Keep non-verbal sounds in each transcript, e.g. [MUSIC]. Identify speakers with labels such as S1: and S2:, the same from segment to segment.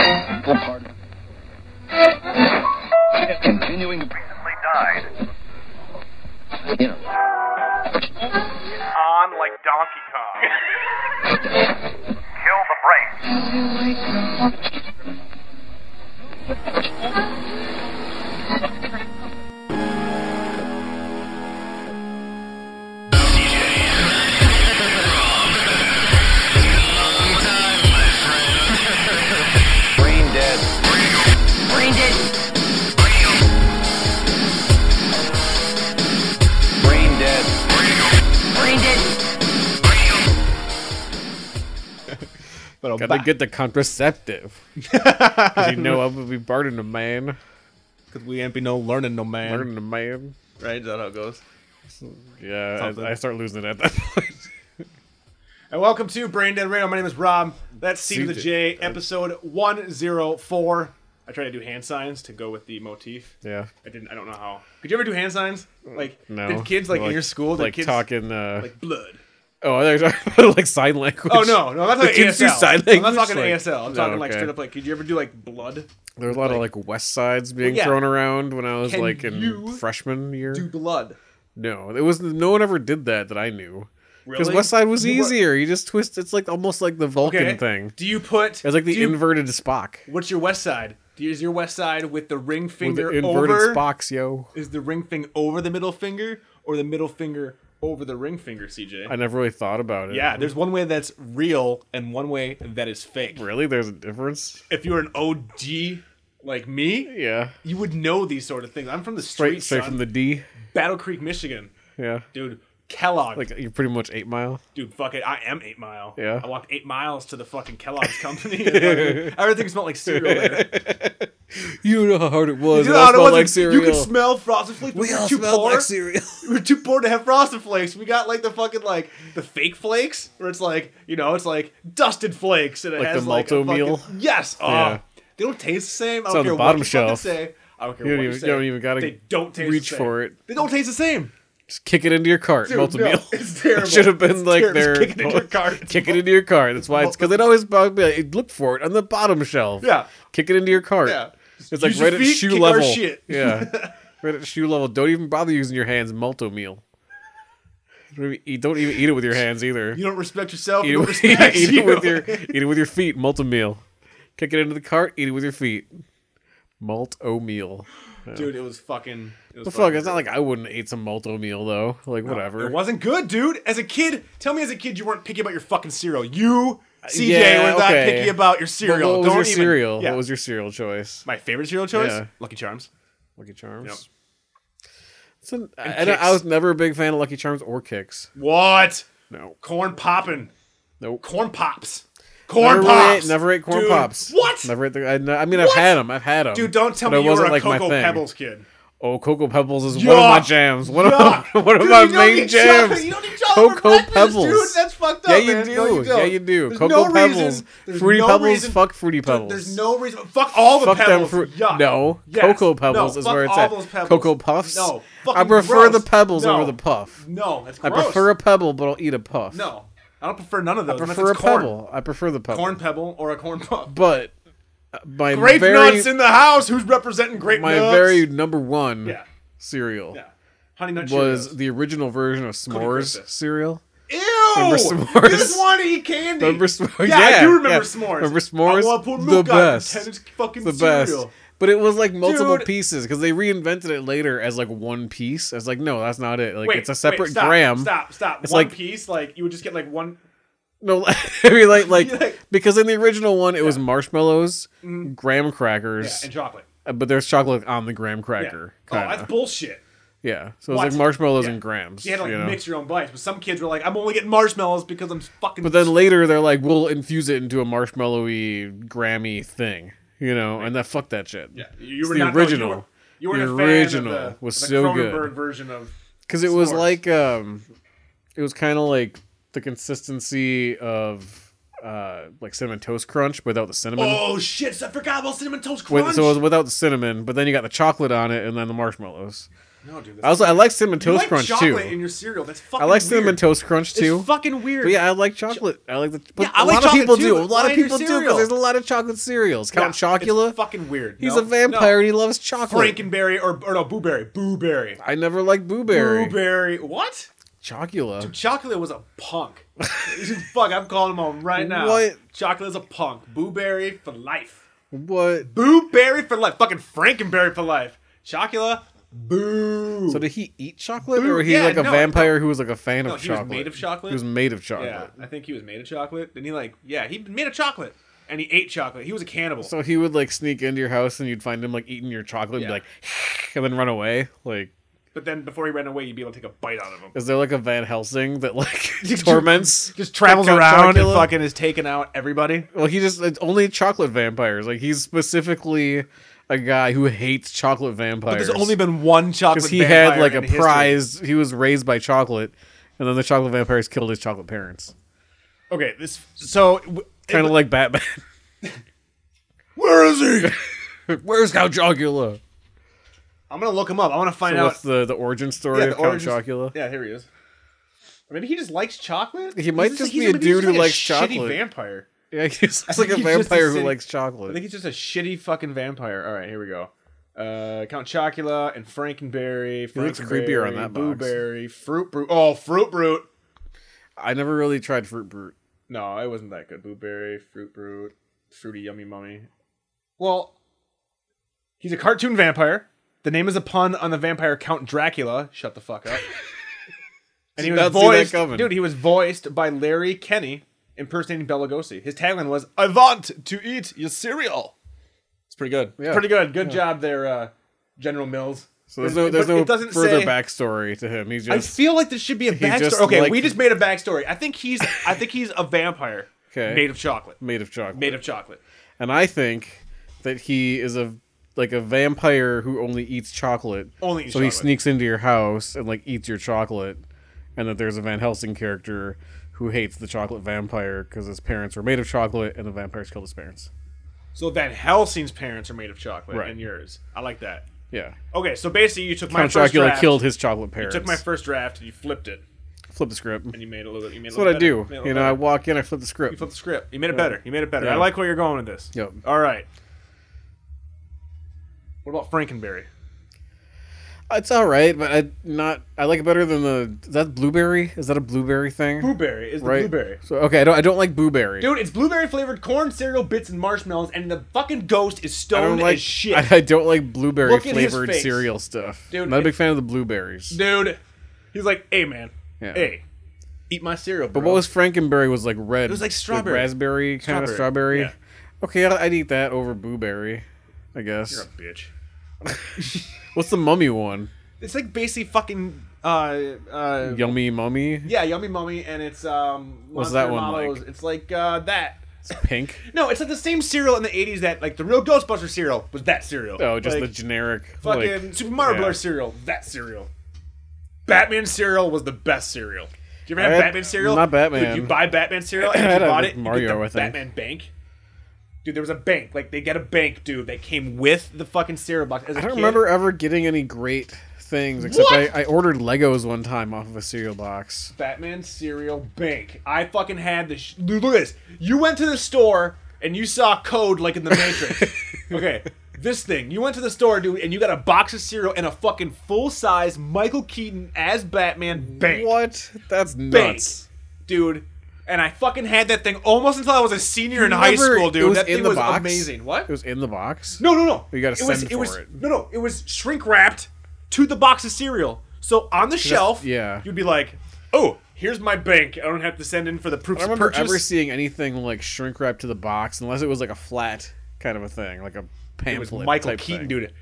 S1: Pardon. Continuing to
S2: died
S1: you know,
S2: on like Donkey Kong. Kill the brakes.
S3: Brain dead.
S4: Brain dead.
S3: Brain dead.
S4: Brain dead.
S5: But I'm
S6: Gotta
S5: back
S6: get the contraceptive. 'Cause you know I would be burning a man.
S5: 'cause we ain't be no learning no man.
S6: Burning a man.
S5: Right? That's how it goes.
S6: Yeah,
S5: Something.
S6: I, I start losing it [LAUGHS] at that point.
S5: And welcome to Brain Dead Radio. My name is Rob. That's C to the J, episode 104. I tried to do hand signs to go with the motif.
S6: yeah.
S5: I didn't. I don't know how. Could you ever do hand signs? Like,
S6: No.
S5: did kids like, in your school? Did
S6: like
S5: kids,
S6: talking? Uh,
S5: like
S6: [LAUGHS]
S5: blood.
S6: oh, I thought you were talking about, like sign language.
S5: Oh no, no, I'm not
S6: The
S5: talking
S6: kids do
S5: ASL.
S6: sign
S5: I'm not
S6: language?
S5: talking
S6: Like-
S5: ASL. I'm
S6: No,
S5: talking like
S6: okay.
S5: straight up. Like, could you ever do like blood?
S6: There was a lot of like West Sides being
S5: yeah.
S6: thrown around when I was
S5: Can
S6: like in
S5: you
S6: freshman year.
S5: Do blood?
S6: No, it was no one ever did that that I knew. Because
S5: Really?
S6: West Side was
S5: You were-
S6: easier. You just twist. It's like almost like the Vulcan thing.
S5: Do you put?
S6: It's like the
S5: do you-
S6: inverted Spock.
S5: What's your west side? Do you- Is your west side with the ring
S6: With
S5: finger
S6: the inverted
S5: over?
S6: Spocks, yo.
S5: Is the ring finger over the middle finger or the middle finger over the ring finger, CJ?
S6: I never really thought about it.
S5: yeah, there's one way that's real and one way that is fake.
S6: really there's a difference.
S5: If you're an OG like me,
S6: Yeah,
S5: you would know these sort of things. I'm from the
S6: straight
S5: streets,
S6: straight from the D.
S5: Battle Creek, Michigan,
S6: Yeah,
S5: dude. Kellogg,
S6: like you're pretty much eight mile.
S5: dude, fuck it. I am Eight Mile.
S6: Yeah.
S5: I walked eight miles to the fucking
S6: [LAUGHS]
S5: Kellogg's company. [LAUGHS] and fucking- everything smelled like cereal there.
S6: You know how hard it was.
S5: You
S6: it
S5: know,
S6: all
S5: it
S6: smelled
S5: wasn't-
S6: like cereal.
S5: You could smell Frosted Flakes. but
S6: we
S5: We were
S6: all
S5: too
S6: smelled
S5: poor.
S6: like cereal.
S5: we were too poor to have Frosted Flakes. We got like the fucking like the fake flakes, where it's like you know it's like dusted flakes, and it
S6: Like the
S5: has like a
S6: Malto
S5: fucking-
S6: meal?
S5: Yes. Oh,
S6: Yeah.
S5: they don't taste the same. I
S6: It's
S5: don't
S6: on the
S5: care
S6: bottom
S5: what you fucking
S6: shelf.
S5: say. I don't care
S6: You
S5: what
S6: don't
S5: you
S6: even-
S5: say.
S6: you don't even gotta
S5: They don't taste.
S6: reach
S5: the same.
S6: for it.
S5: They don't taste the same.
S6: Just kick it into your cart.
S5: Dude,
S6: Melt a
S5: no,
S6: meal. [LAUGHS]
S5: It's terrible.
S6: Should have been
S5: It's
S6: like
S5: terrible.
S6: their
S5: Just kick it in
S6: [LAUGHS]
S5: your cart.
S6: Kick it into your cart. That's why it's because it always bugged me. Like, look for it on the bottom shelf.
S5: Yeah.
S6: Kick it into your cart.
S5: Yeah.
S6: It's like
S5: Use your
S6: right at
S5: feet,
S6: shoe
S5: kick our
S6: level.
S5: shit. [LAUGHS]
S6: [LAUGHS] Yeah. right at shoe level. Don't even bother using your hands. Malto meal. Don't even eat- don't even eat it with your hands either.
S5: You don't respect
S6: [LAUGHS]
S5: yourself.
S6: eat
S5: You
S6: it,
S5: don't
S6: with,
S5: respect
S6: eat
S5: [LAUGHS] you.
S6: it with your eat it with your feet. Malt a meal. Kick it into the cart. Eat it with your feet. Malt o meal.
S5: dude. It was fucking. It was
S6: The fuck?
S5: fucking
S6: It's not like I wouldn't eat some malt o meal though. Like whatever.
S5: It wasn't good, dude. As a kid, tell me as a kid you weren't picky about your fucking cereal. You, CJ,
S6: Uh, yeah,
S5: were not
S6: okay.
S5: picky about your
S6: But
S5: cereal.
S6: What was
S5: Don't
S6: your
S5: even-
S6: cereal?
S5: Yeah.
S6: What was your cereal choice?
S5: my favorite cereal choice?
S6: Yeah.
S5: Lucky Charms.
S6: Lucky Charms.
S5: Yep.
S6: It's an, I, I don't- I
S5: Kix.
S6: was never a big fan of Lucky Charms or Kicks.
S5: What?
S6: No.
S5: Corn poppin'.
S6: Nope.
S5: Corn pops. Corn
S6: never really
S5: pops.
S6: ate, never ate corn
S5: Dude,
S6: pops.
S5: What?
S6: Never ate the, I, I mean, I've had them. I've had them.
S5: Dude, don't tell
S6: but
S5: me
S6: it
S5: you were
S6: wasn't
S5: a
S6: like my
S5: Cocoa
S6: thing.
S5: Pebbles kid.
S6: Oh, Cocoa Pebbles is one of my
S5: Yeah.
S6: jams. One
S5: Yeah.
S6: of one of
S5: Dude,
S6: my [LAUGHS]
S5: you don't
S6: main
S5: eat chocolate-
S6: jams.
S5: you don't eat chocolate for breakfast, dude. That's fucked up,
S6: Yeah, you
S5: man.
S6: do.
S5: No, you
S6: yeah,
S5: don't.
S6: you do.
S5: There's
S6: Cocoa
S5: no
S6: Pebbles.
S5: reason- there's
S6: fruity
S5: no
S6: Pebbles.
S5: reason-
S6: fuck Fruity
S5: Dude,
S6: Pebbles.
S5: there's no reason. Fuck all the
S6: Fuck
S5: pebbles.
S6: them fruit.
S5: Yuck.
S6: No,
S5: Yes.
S6: Cocoa Pebbles
S5: No,
S6: is
S5: fuck
S6: where it's
S5: all
S6: at.
S5: those pebbles.
S6: Cocoa Puffs.
S5: No,
S6: I
S5: fucking
S6: prefer the
S5: gross.
S6: pebbles
S5: No.
S6: over the puff.
S5: No, that's
S6: I
S5: gross.
S6: prefer a pebble, but I'll eat a puff.
S5: No, I don't prefer none of those.
S6: I
S5: unless
S6: prefer a
S5: it's corn.
S6: pebble. I prefer the pebble.
S5: corn pebble or a corn puff.
S6: but uh, my
S5: Grape
S6: very
S5: nuts in the house. Who's representing grape
S6: my
S5: nuts?
S6: very number one
S5: yeah,
S6: cereal
S5: yeah. Honey nut
S6: was
S5: Cheerios.
S6: the original version of s'mores
S5: Crisp.
S6: cereal.
S5: ew.
S6: Remember
S5: You
S6: s'mores?
S5: just want to eat candy.
S6: Remember s'mores?
S5: Yeah, I
S6: Yeah,
S5: do remember
S6: yeah.
S5: s'mores.
S6: Remember s'mores?
S5: I want to put
S6: The
S5: milk on
S6: best.
S5: Tennis fucking
S6: the best.
S5: cereal.
S6: But it was like multiple
S5: Dude.
S6: pieces because they reinvented it later as like one piece. I was like, no, that's not it. Like
S5: Wait,
S6: it's a separate
S5: wait, stop,
S6: gram.
S5: Stop, stop.
S6: It's
S5: one
S6: like-
S5: piece, like you would just get like one.
S6: No, [LAUGHS] I mean,
S5: [LAUGHS]
S6: like like
S5: You're like-
S6: because in the original one it was marshmallows, graham
S5: Mm-hmm. Yeah,
S6: crackers,
S5: and chocolate.
S6: uh, but there's chocolate on the graham
S5: Yeah.
S6: cracker.
S5: Oh,
S6: kinda.
S5: that's bullshit.
S6: yeah. So it's
S5: What?
S6: like marshmallows
S5: Yeah.
S6: and grams.
S5: You had to like
S6: you know?
S5: mix your own bites, but some kids were like, "I'm only getting marshmallows because I'm fucking."
S6: But then later they're like, we'll infuse it into a marshmallowy, Grammy thing, you know, and that fuck that shit.
S5: Yeah,
S6: It's
S5: you were
S6: the
S5: not, no,
S6: original.
S5: you were, you
S6: The
S5: were the original
S6: original
S5: fan of the,
S6: was
S5: the
S6: so good.
S5: Cronenberg version of
S6: because it was
S5: S'mores.
S6: like um, it was kind of like the consistency of uh like cinnamon toast crunch without the cinnamon.
S5: oh shit! So I forgot about cinnamon toast
S6: With-
S5: crunch.
S6: so it was without the cinnamon, but then you got the chocolate on it and then the marshmallows.
S5: No, dude.
S6: I also I like cinnamon
S5: you
S6: toast
S5: like
S6: crunch
S5: chocolate in
S6: too.
S5: your cereal. That's fucking.
S6: I
S5: weird.
S6: like cinnamon toast crunch too.
S5: It's fucking weird.
S6: But yeah, I like chocolate. I like the. But
S5: Yeah, I
S6: a
S5: like
S6: lot of
S5: chocolate,
S6: people
S5: too,
S6: do.
S5: but
S6: A lot
S5: why
S6: of
S5: in your
S6: people do
S5: cereal?
S6: because there's a lot of chocolate cereals.
S5: Yeah,
S6: Count Chocula.
S5: It's fucking weird.
S6: He's
S5: No,
S6: a vampire
S5: no.
S6: and he loves chocolate.
S5: Frankenberry or or no blueberry. Booberry.
S6: I never liked blueberry.
S5: Blueberry. What?
S6: Chocula.
S5: Chocolate was a punk. [LAUGHS] Fuck, I'm calling him on right now.
S6: What?
S5: Chocolate is a punk. Booberry for life.
S6: What?
S5: Booberry for life. Fucking Frankenberry for life. Chocula. Boo.
S6: So did he eat chocolate,
S5: Boo-
S6: or was he
S5: yeah,
S6: like a
S5: no,
S6: vampire who was like a fan
S5: No,
S6: of
S5: he was
S6: chocolate?
S5: made of chocolate?
S6: He was made of
S5: yeah,
S6: chocolate.
S5: I think he was made of chocolate. Then he like, yeah, he made of chocolate, and he ate chocolate. He was a cannibal.
S6: So he would like sneak into your house, and you'd find him like eating your chocolate,
S5: Yeah.
S6: and be like, [LAUGHS] and then run away. Like,
S5: but then before he ran away, you'd be able to take a bite out of him.
S6: is there like a Van Helsing that like torments?
S5: [LAUGHS] Just travels
S6: Count
S5: around
S6: Chocula?
S5: and fucking is taking out everybody.
S6: Well, he just it's only chocolate vampires. Like he's specifically a guy who hates chocolate vampires.
S5: There's only been one chocolate.
S6: because he
S5: vampire
S6: had like a
S5: in history.
S6: prize. He was raised by chocolate, and then the chocolate vampires killed his chocolate parents.
S5: Okay, this so
S6: Kind of like
S5: [LAUGHS]
S6: Batman.
S5: where is he?
S6: Where's Count Chocula?
S5: I'm gonna look him up. I want to find out
S6: What's the the origin story
S5: Yeah,
S6: of
S5: the
S6: Count
S5: origins-
S6: Chocula?
S5: Yeah, here he is. Or maybe he just likes chocolate.
S6: He might
S5: He's
S6: just
S5: he's
S6: be a
S5: he's
S6: dude who
S5: like a
S6: likes
S5: shitty
S6: chocolate.
S5: Vampire.
S6: Yeah, he's
S5: I
S6: just like a
S5: think he's just a
S6: vampire who
S5: city-
S6: likes
S5: I
S6: chocolate.
S5: think he's just a shitty fucking vampire. All right, here we go. Uh, Count Chocula and Frankenberry. He
S6: looks creepier on that box.
S5: Blueberry, Fruit Brute. Oh, Fruit Brute.
S6: I never really tried Fruit Brute.
S5: No, it wasn't that good. Blueberry, Fruit Brute, Fruity Yummy Mummy. Well, he's a cartoon vampire. The name is a pun on the vampire Count Dracula. Shut the fuck [LAUGHS] up. and he
S6: Did
S5: was
S6: not see that
S5: voiced,
S6: coming.
S5: dude. He was voiced by Larry Kenny, impersonating Bela Lugosi. His tagline was "I want to eat your cereal." It's pretty good. It's
S6: Yeah.
S5: pretty good. Good job there, uh, General Mills.
S6: So there's no, there's
S5: But
S6: no
S5: it doesn't
S6: further
S5: say-
S6: backstory to him. He
S5: I
S6: just
S5: feel like this should [LAUGHS] be a backstory.
S6: just
S5: okay,
S6: liked-
S5: we just made a backstory. I think he's. I think he's a [LAUGHS] vampire
S6: Okay.
S5: made of chocolate.
S6: made of chocolate.
S5: Made of chocolate.
S6: and I think that he is a like a vampire who only eats chocolate.
S5: Only eats
S6: so he
S5: chocolate.
S6: sneaks into your house and like eats your chocolate, and that there's a Van Helsing character who hates the chocolate vampire because his parents were made of chocolate and the vampires killed his parents.
S5: So Van Helsing's parents are made of chocolate,
S6: Right.
S5: and yours. I like that.
S6: Yeah,
S5: Okay, so basically, you took my
S6: Count
S5: first
S6: Chocula
S5: draft.
S6: killed his chocolate parents.
S5: Took my first draft and you flipped it,
S6: flip the script.
S5: and you made it a little. You made
S6: That's
S5: it a
S6: what I
S5: little
S6: do.
S5: better. Made it a
S6: You
S5: little
S6: know, I
S5: better.
S6: walk in, I flip the script.
S5: you flipped the script. You made it better. You made it better. I
S6: Yeah.
S5: like where you're going with this.
S6: Yep.
S5: All right. What about Frankenberry?
S6: It's all right, but I not. I like it better than the. Is that blueberry? Is that a blueberry thing?
S5: Blueberry is the
S6: right.
S5: blueberry.
S6: So okay, I don't. I don't like blueberry.
S5: Dude, it's blueberry flavored corn cereal bits and marshmallows, and the fucking ghost is
S6: I
S5: stoned
S6: don't like
S5: as shit.
S6: [LAUGHS] I, I don't like blueberry
S5: Look at his
S6: flavored
S5: face.
S6: cereal stuff.
S5: Dude,
S6: I'm not a big
S5: it-
S6: fan of the blueberries.
S5: Dude, he's like, "Hey man,
S6: Yeah.
S5: hey, eat my cereal." Bro.
S6: but what was Frankenberry was like red. It
S5: was like strawberry.
S6: raspberry kind of
S5: Strawberry,
S6: strawberry.
S5: yeah.
S6: Okay, I'd, I'd eat that over blueberry. I guess.
S5: You're a bitch.
S6: What's the mummy one?
S5: It's like basically fucking uh uh
S6: Yummy mummy.
S5: yeah, yummy mummy and it's um Monster
S6: What's that one
S5: Malos.
S6: like?
S5: It's like uh that.
S6: It's
S5: [LAUGHS]
S6: pink.
S5: No, it's like the same cereal in the 80s that like the real Ghostbuster cereal was that cereal.
S6: Oh, just
S5: Like,
S6: the generic.
S5: fucking
S6: like-
S5: Super Mario
S6: yeah.
S5: Bros cereal, that cereal. Batman cereal was the best cereal. Do you ever
S6: I
S5: have
S6: had-
S5: Batman cereal?
S6: not Batman.
S5: Dude, you buy Batman cereal and
S6: [COUGHS] I
S5: if
S6: had
S5: you
S6: a
S5: bought it, you
S6: Mario,
S5: get the
S6: I think.
S5: Batman bank. Dude, there was a bank. Like they get a bank, dude. They came with the fucking cereal box. As a
S6: I don't
S5: kid.
S6: remember ever getting any great things except I,
S5: What?
S6: I ordered Legos one time off of a cereal box.
S5: Batman cereal bank. I fucking had the sh- dude. Look at this. You went to the store and you saw code like in the Matrix.
S6: [LAUGHS]
S5: okay, this thing. You went to the store, dude, and you got a box of cereal and a fucking full size Michael Keaton as Batman bank,
S6: What? That's
S5: Bank.
S6: nuts.
S5: dude. And I fucking had that thing almost until I was a senior in high
S6: Remember,
S5: school, dude.
S6: it was
S5: that
S6: in
S5: thing
S6: the
S5: was
S6: box?
S5: amazing. What?
S6: It was in the box.
S5: No, no, no.
S6: You gotta
S5: it was,
S6: send
S5: it was,
S6: for it.
S5: No, no. It was shrink wrapped to the box of cereal. So on the shelf,
S6: yeah.
S5: you'd be like, "Oh, here's my bank. I don't have to send in for the proof
S6: I
S5: of
S6: don't remember
S5: purchase."
S6: ever seeing anything like shrink wrap to the box unless it was like a flat kind of a thing, like a
S5: it was
S6: pamphlet.
S5: Michael
S6: type
S5: Keaton,
S6: thing.
S5: dude.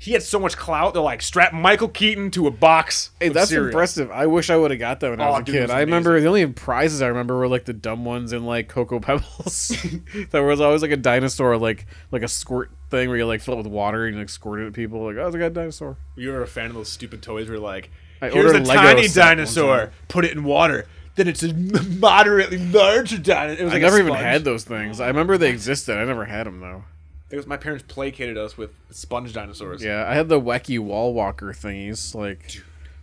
S5: He had so much clout. They're like, strap Michael Keaton to a box.
S6: Hey,
S5: of
S6: that's
S5: cereal.
S6: impressive. I wish I would have got that when I
S5: Oh,
S6: was a
S5: dude, it
S6: kid.
S5: was
S6: I remember the only prizes I remember were like the dumb ones and like Cocoa Pebbles. [LAUGHS] there was always like a dinosaur, like like a squirt thing where you like fill it with water and you, like squirt it at people. Like, oh, they got a dinosaur.
S5: You were a fan of those stupid toys. Where you're like,
S6: I
S5: here's a
S6: ordered Lego
S5: tiny
S6: set one
S5: dinosaur.
S6: time.
S5: Put it in water. Then it's a moderately larger dinosaur. It was
S6: I
S5: like a
S6: never even
S5: sponge.
S6: had those things. I remember they existed. I never had them though.
S5: It was my parents placated us with sponge dinosaurs.
S6: Yeah, I had the wacky wall walker thingies. Like,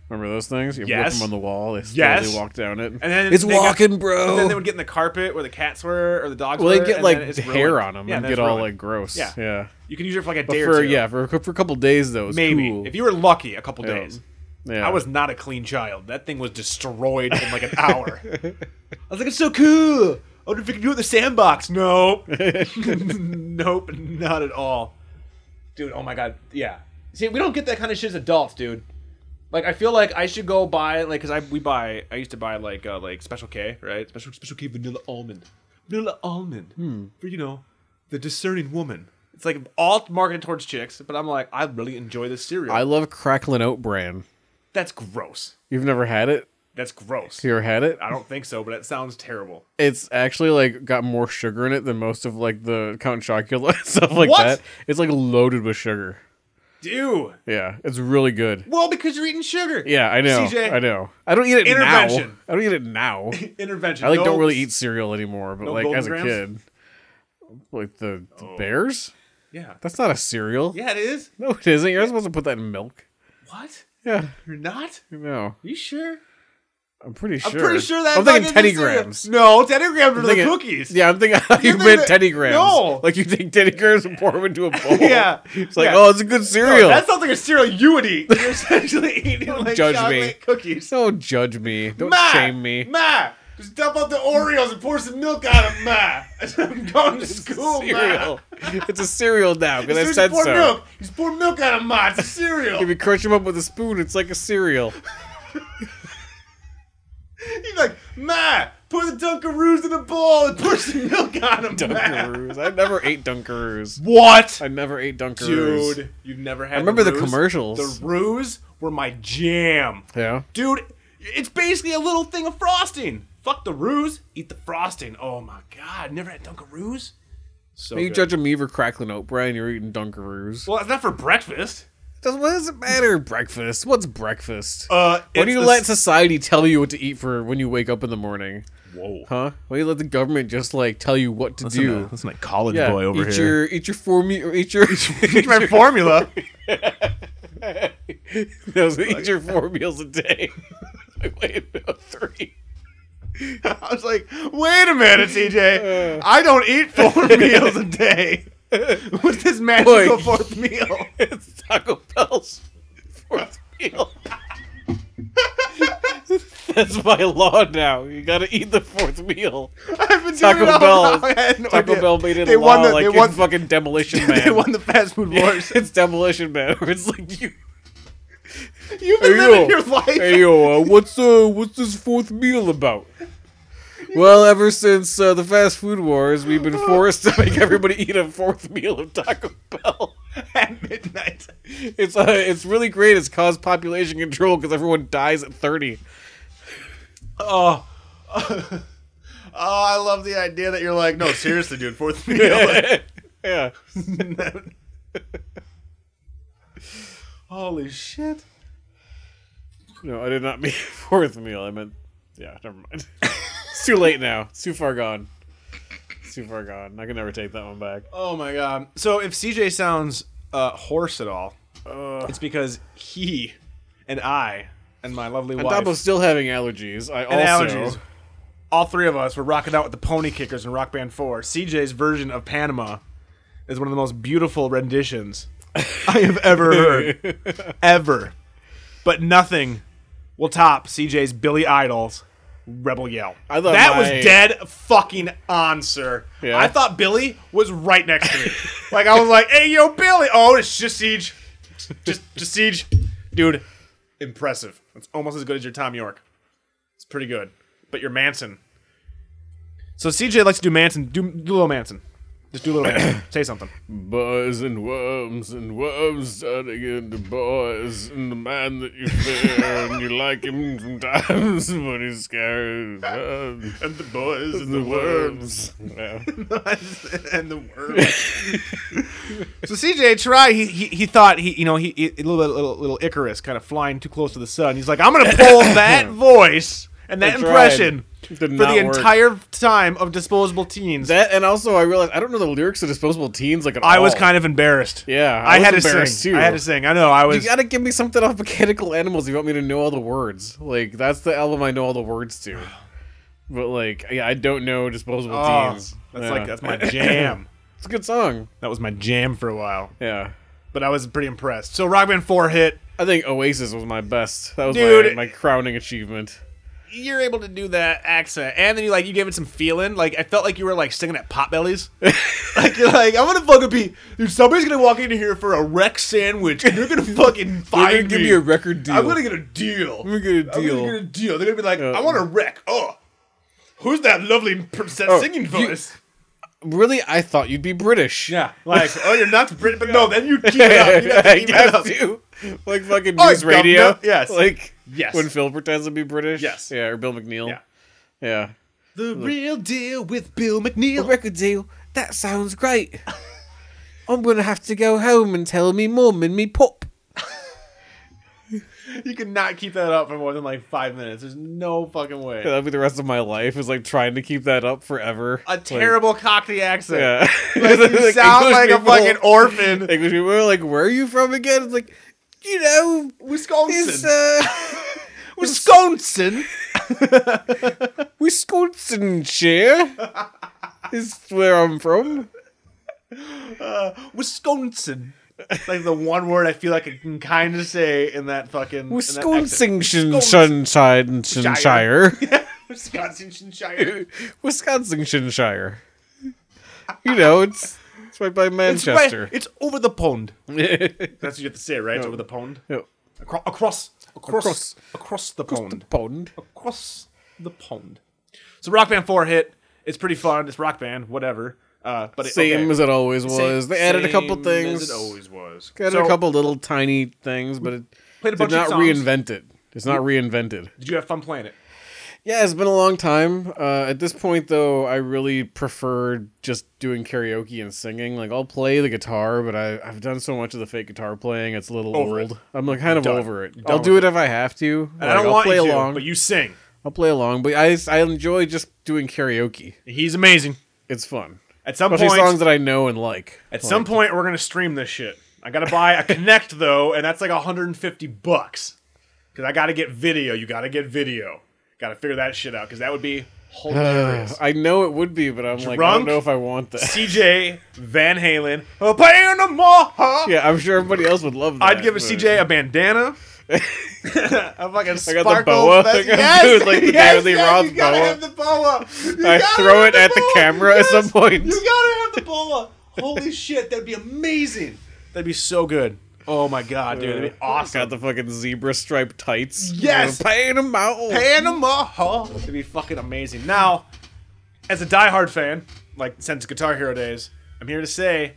S6: remember those things? You
S5: Yes.
S6: whip them on the wall. They
S5: Yes.
S6: slowly walk down it.
S5: And then
S6: it's
S5: they got-
S6: walking,
S5: And then they
S6: bro.
S5: would get in the carpet where the cats were or the dogs
S6: [LAUGHS] Well,
S5: were.
S6: they get
S5: and
S6: like
S5: then it's
S6: hair
S5: ruined.
S6: on them
S5: Yeah,
S6: and
S5: then it's
S6: get all
S5: ruined.
S6: like gross.
S5: Yeah.
S6: Yeah,
S5: You can use it for like a
S6: But
S5: day or
S6: for
S5: two.
S6: yeah, for a, cou- for a couple days though, it was
S5: maybe
S6: cool.
S5: if you were lucky, a couple
S6: Yeah.
S5: days.
S6: yeah.
S5: I was not a clean child. That thing was destroyed in
S6: [LAUGHS]
S5: like an hour. I was like, it's so cool. I wonder if we can do it in the sandbox.
S6: [LAUGHS]
S5: Nope. nope, not at all. Dude, oh my god. Yeah. See, we don't get that kind of shit as adults, dude. Like I feel like I should go buy like cuz I we buy I used to buy like uh like Special K, right? Special Special K vanilla almond. Vanilla almond.
S6: Hmm.
S5: For you know, the discerning woman. It's like all marketed towards chicks, but I'm like I really enjoy this cereal.
S6: I love cracklin oat bran.
S5: That's gross.
S6: You've never had it?
S5: That's gross.
S6: You ever had it?
S5: I don't think so, but it sounds terrible.
S6: It's actually like got more sugar in it than most of like the Count Chocula [LAUGHS] and stuff like
S5: What?
S6: that. It's like loaded with sugar.
S5: Dude.
S6: Yeah, it's really good.
S5: Well, because you're eating sugar.
S6: Yeah, I know.
S5: CJ.
S6: I know. I don't eat it
S5: Intervention.
S6: now. I don't eat it now.
S5: [LAUGHS] Intervention.
S6: I like
S5: No-
S6: don't really eat cereal anymore, but
S5: no
S6: like
S5: Golden
S6: as a
S5: Grams?
S6: kid, like the, the bears.
S5: Yeah.
S6: That's not a cereal.
S5: Yeah, it is.
S6: No, it isn't. You're not supposed to put that in milk.
S5: What?
S6: Yeah,
S5: You're not?
S6: no,
S5: Are you sure?
S6: I'm pretty sure.
S5: I'm pretty sure that.
S6: I'm thinking
S5: fucking
S6: Teddy
S5: is cereal.
S6: Grams.
S5: No, Teddy Grams are the
S6: thinking-
S5: cookies.
S6: Yeah, I'm thinking [LAUGHS] you
S5: think
S6: meant
S5: that-
S6: Teddy Grams.
S5: No.
S6: like you take Teddy Grams and pour them
S5: [LAUGHS]
S6: into a bowl.
S5: Yeah.
S6: it's like
S5: Yeah.
S6: oh, it's a good cereal.
S5: That sounds like a cereal you would
S6: [LAUGHS]
S5: eat. You're essentially eating like
S6: judge
S5: chocolate
S6: me.
S5: cookies.
S6: Don't judge me. Don't
S5: Ma,
S6: shame me.
S5: Ma, just dump out the Oreos and pour some milk on them, Ma. [LAUGHS] I'm going to school,
S6: cereal.
S5: Ma.
S6: it's a cereal now because I
S5: He's
S6: said
S5: pour
S6: so.
S5: milk. He's pour milk on them, Ma. It's a
S6: [LAUGHS]
S5: cereal.
S6: If you crunch them up with a spoon, it's like a cereal.
S5: He's like, Ma, pour the Dunkaroos in a bowl and pour some milk on them,
S6: Dunkaroos. I never ate Dunkaroos.
S5: What?
S6: I never ate Dunkaroos.
S5: Dude, you've never had. I
S6: remember the commercials.
S5: The roos were my jam,
S6: Yeah.
S5: dude. It's basically a little thing of frosting. Fuck the roos, eat the frosting. Oh my god, never had Dunkaroos. So
S6: you
S5: good.
S6: judging me for crackling oat bran? You're eating Dunkaroos.
S5: Well, that's not for breakfast.
S6: Does- what does it matter? Breakfast. What's breakfast?
S5: Uh,
S6: Why
S5: it's
S6: do you
S5: the
S6: let
S5: s-
S6: society tell you what to eat for when you wake up in the morning?
S5: Whoa.
S6: Huh? Why do you let the government just like tell you what to do?
S5: Listen, like college
S6: yeah,
S5: boy over
S6: eat
S5: here. [LAUGHS]
S6: your eat your formula. Eat your eat
S5: my
S6: [LAUGHS]
S5: formula.
S6: That was
S5: [LAUGHS]
S6: eat your four meals a day. [LAUGHS] I weighed about three.
S5: I was like, wait a minute,
S6: [LAUGHS] Uh.
S5: TJ. I don't eat [LAUGHS] four meals a day. What's this magical
S6: Boy.
S5: fourth meal?
S6: It's Taco Bell's fourth meal. That's by law now. You gotta eat the fourth meal.
S5: I've been
S6: Taco
S5: doing it all
S6: Bell-
S5: wrong. [LAUGHS] I had no
S6: Taco
S5: idea.
S6: Bell made it
S5: They
S6: law
S5: won the- [LAUGHS]
S6: like
S5: they
S6: in
S5: won-
S6: fucking Demolition Man.
S5: They won the fast food wars.
S6: it's Demolition Man. where It's like you.
S5: You've been
S6: Hey,
S5: living
S6: yo.
S5: your life.
S6: Hey yo, uh, what's uh, what's this fourth meal about? Well, ever since uh, the fast food wars, we've been forced to make everybody eat a fourth meal of Taco Bell. [LAUGHS]
S5: at midnight.
S6: It's uh, it's really great. It's caused population control because everyone dies at thirty.
S5: Oh. oh, I love the idea that you're like, no, seriously, dude, fourth [LAUGHS] meal.
S6: [LAUGHS] yeah.
S5: Holy shit.
S6: No, I did not mean fourth meal. I meant, yeah, never mind. it's too late now. It's too far gone. It's too far gone. I can never take that one back.
S5: Oh my god. So if CJ sounds uh, hoarse at all, it's because he and I and my lovely
S6: On
S5: wife
S6: top of still having allergies, I
S5: and
S6: also
S5: allergies. All three of us were rocking out with the Pony Kickers in Rock Band 4. CJ's version of Panama is one of the most beautiful renditions [LAUGHS] I have ever heard. [LAUGHS] ever. But nothing will top CJ's Billy Idol's Rebel Yell.
S6: I thought
S5: that
S6: my-
S5: was dead fucking on, sir.
S6: Yeah?
S5: I thought Billy was right next to me. like, I was like, hey, yo, Billy. Oh, it's just Siege. Just, just Siege. Dude, impressive. It's almost as good as your Tom York. It's pretty good. But your Manson. So CJ likes to do Manson. Do, do a little Manson. Just do a little Manson. Say something.
S6: Boys and worms and worms turning into boys and the man that you fear and you like him sometimes [LAUGHS] but he's scary. Worms
S5: And the boys and
S6: Yeah.
S5: [LAUGHS] and the worms. so CJ try he, he he thought he you know he, he- a little bit little, little
S6: [LAUGHS]
S5: Icarus kind of flying too close to the sun. He's like I'm gonna pull that voice and that
S6: I tried.
S5: impression
S6: Did
S5: for
S6: not
S5: the
S6: work.
S5: entire time of Disposable Teens.
S6: That and also I realized I don't know the lyrics to Disposable Teens like at
S5: I was
S6: all.
S5: kind of embarrassed.
S6: yeah.
S5: I, had to
S6: embarrassed
S5: sing.
S6: Too.
S5: I had to sing. I know. I was.
S6: You gotta give me something off Mechanical Animals if you want me to know all the words. Like that's the album I know all the words to. But like, yeah, I don't know Disposable
S5: Oh,
S6: Teens.
S5: that's
S6: Yeah.
S5: like that's
S6: [LAUGHS]
S5: my jam.
S6: It's a good song.
S5: that was my jam for a while,
S6: Yeah.
S5: but I was pretty impressed. So Rock Band Four hit.
S6: I think Oasis was my best. That was
S5: Dude.
S6: my, my crowning achievement.
S5: You're able to do that accent, and then you like you gave it some feeling. Like I felt like you were like singing at
S6: [LAUGHS]
S5: Potbellies. like you're like I'm gonna fucking be. Dude, somebody's gonna walk in here for a wreck sandwich, and
S6: [LAUGHS]
S5: you're gonna fucking find
S6: gonna give me a record deal.
S5: I'm gonna get a deal.
S6: I'm gonna get a
S5: I'm
S6: deal.
S5: gonna get a deal. They're gonna be like,
S6: Uh,
S5: I want a wreck. Oh, who's that lovely per-
S6: Oh,
S5: singing
S6: you-
S5: voice?
S6: Really, I thought you'd be British. [LAUGHS]
S5: yeah, like [LAUGHS] oh, you're not Brit, but no, then you keep it up. You have to
S6: I
S5: keep it
S6: guess
S5: up.
S6: too. Like fucking
S5: Oi,
S6: news radio.
S5: governor. Yes.
S6: Like
S5: Yes.
S6: when Phil pretends to be British.
S5: Yes.
S6: Yeah, or Bill McNeil.
S5: Yeah.
S6: Yeah.
S5: The real deal with Bill McNeil.
S6: [LAUGHS] record deal. That sounds great. [LAUGHS] I'm gonna have to go home and tell me mum and me pop.
S5: You cannot keep that up for more than like five minutes. There's no fucking way.
S6: That'll be the rest of my life. Is like trying to keep that up forever.
S5: A
S6: Like,
S5: terrible Cockney accent.
S6: yeah.
S5: [LAUGHS] Like, you
S6: [LAUGHS] Like,
S5: sound
S6: English
S5: like a
S6: people-
S5: fucking orphan.
S6: English people are [LAUGHS] like, "Where are you from again?" It's like, you know, it's
S5: Wisconsin.
S6: uh,
S5: Wisconsin.
S6: Wisconsinshire. is where I'm from.
S5: Wisconsin. Like the one word I feel like I can kind of say in that fucking in that accent.
S6: Wisconsin sunshine Shire.
S5: Wisconsinshire.
S6: Wisconsinshire. You know, it's it's right by
S5: It's, right-
S6: Manchester.
S5: it's over the
S6: [LAUGHS]
S5: pond. That's what you have to say, right? It's over the pond. Acro- across, across, across,
S6: Across.
S5: the pond.
S6: Pond.
S5: Across the pond. So Rock Band 4 hit. It's pretty fun. It's Rock Band, whatever. Uh, but it,
S6: Same
S5: okay.
S6: as it always was.
S5: Same-
S6: they added a couple
S5: same
S6: things.
S5: As it always was.
S6: Added
S5: So,
S6: a couple little tiny things, but it
S5: Played a bunch
S6: did not
S5: of songs.
S6: reinvent it. It's not reinvented.
S5: Did you have fun playing it?
S6: Yeah, it's been a long time. Uh, at this point, though, I really prefer just doing karaoke and singing. Like, I'll play the guitar, but I, I've done so much of the fake guitar playing; it's a little
S5: Over
S6: old.
S5: it.
S6: I'm like kind of
S5: Done.
S6: over it.
S5: Done
S6: I'll
S5: with
S6: do it if I have to.
S5: I
S6: Like,
S5: don't
S6: I'll
S5: want
S6: play
S5: you to,
S6: along.
S5: but you sing.
S6: I'll play along, but I I enjoy just doing karaoke.
S5: He's amazing.
S6: It's fun,
S5: At some
S6: especially
S5: point,
S6: songs that I know and like.
S5: at some point, we're gonna stream this shit. I gotta buy a Connect though, and that's like 150 bucks. Cause I gotta get video. You gotta get video. Gotta figure that shit out. Cause that would be hilarious.
S6: Uh,
S5: [SIGHS]
S6: I know it would be, but I'm like, I don't
S5: Drunk?
S6: know if I want that. [LAUGHS]
S5: CJ Van Halen, "Oh, a Panama.
S6: yeah, I'm sure everybody else would love that.
S5: I'd give a
S6: but-
S5: CJ a bandana. [LAUGHS] a fucking
S6: I got
S5: sparkle
S6: the boa. [LAUGHS]
S5: vest.
S6: I got
S5: Yes, [LAUGHS]
S6: like the
S5: yes,
S6: Daily
S5: yes,
S6: Roth
S5: you gotta
S6: boa.
S5: have the boa. You
S6: I
S5: gotta
S6: throw
S5: have
S6: it at the
S5: boa.
S6: camera at
S5: Yes,
S6: some point.
S5: You gotta have the boa. Holy shit, that'd be amazing. That'd be so good. Oh my god, dude, that'd be awesome.
S6: Got the fucking zebra striped tights.
S5: Yes!
S6: paying them out.
S5: Panama. huh? It'd be fucking amazing. Now, as a diehard fan, like since Guitar Hero days, I'm here to say,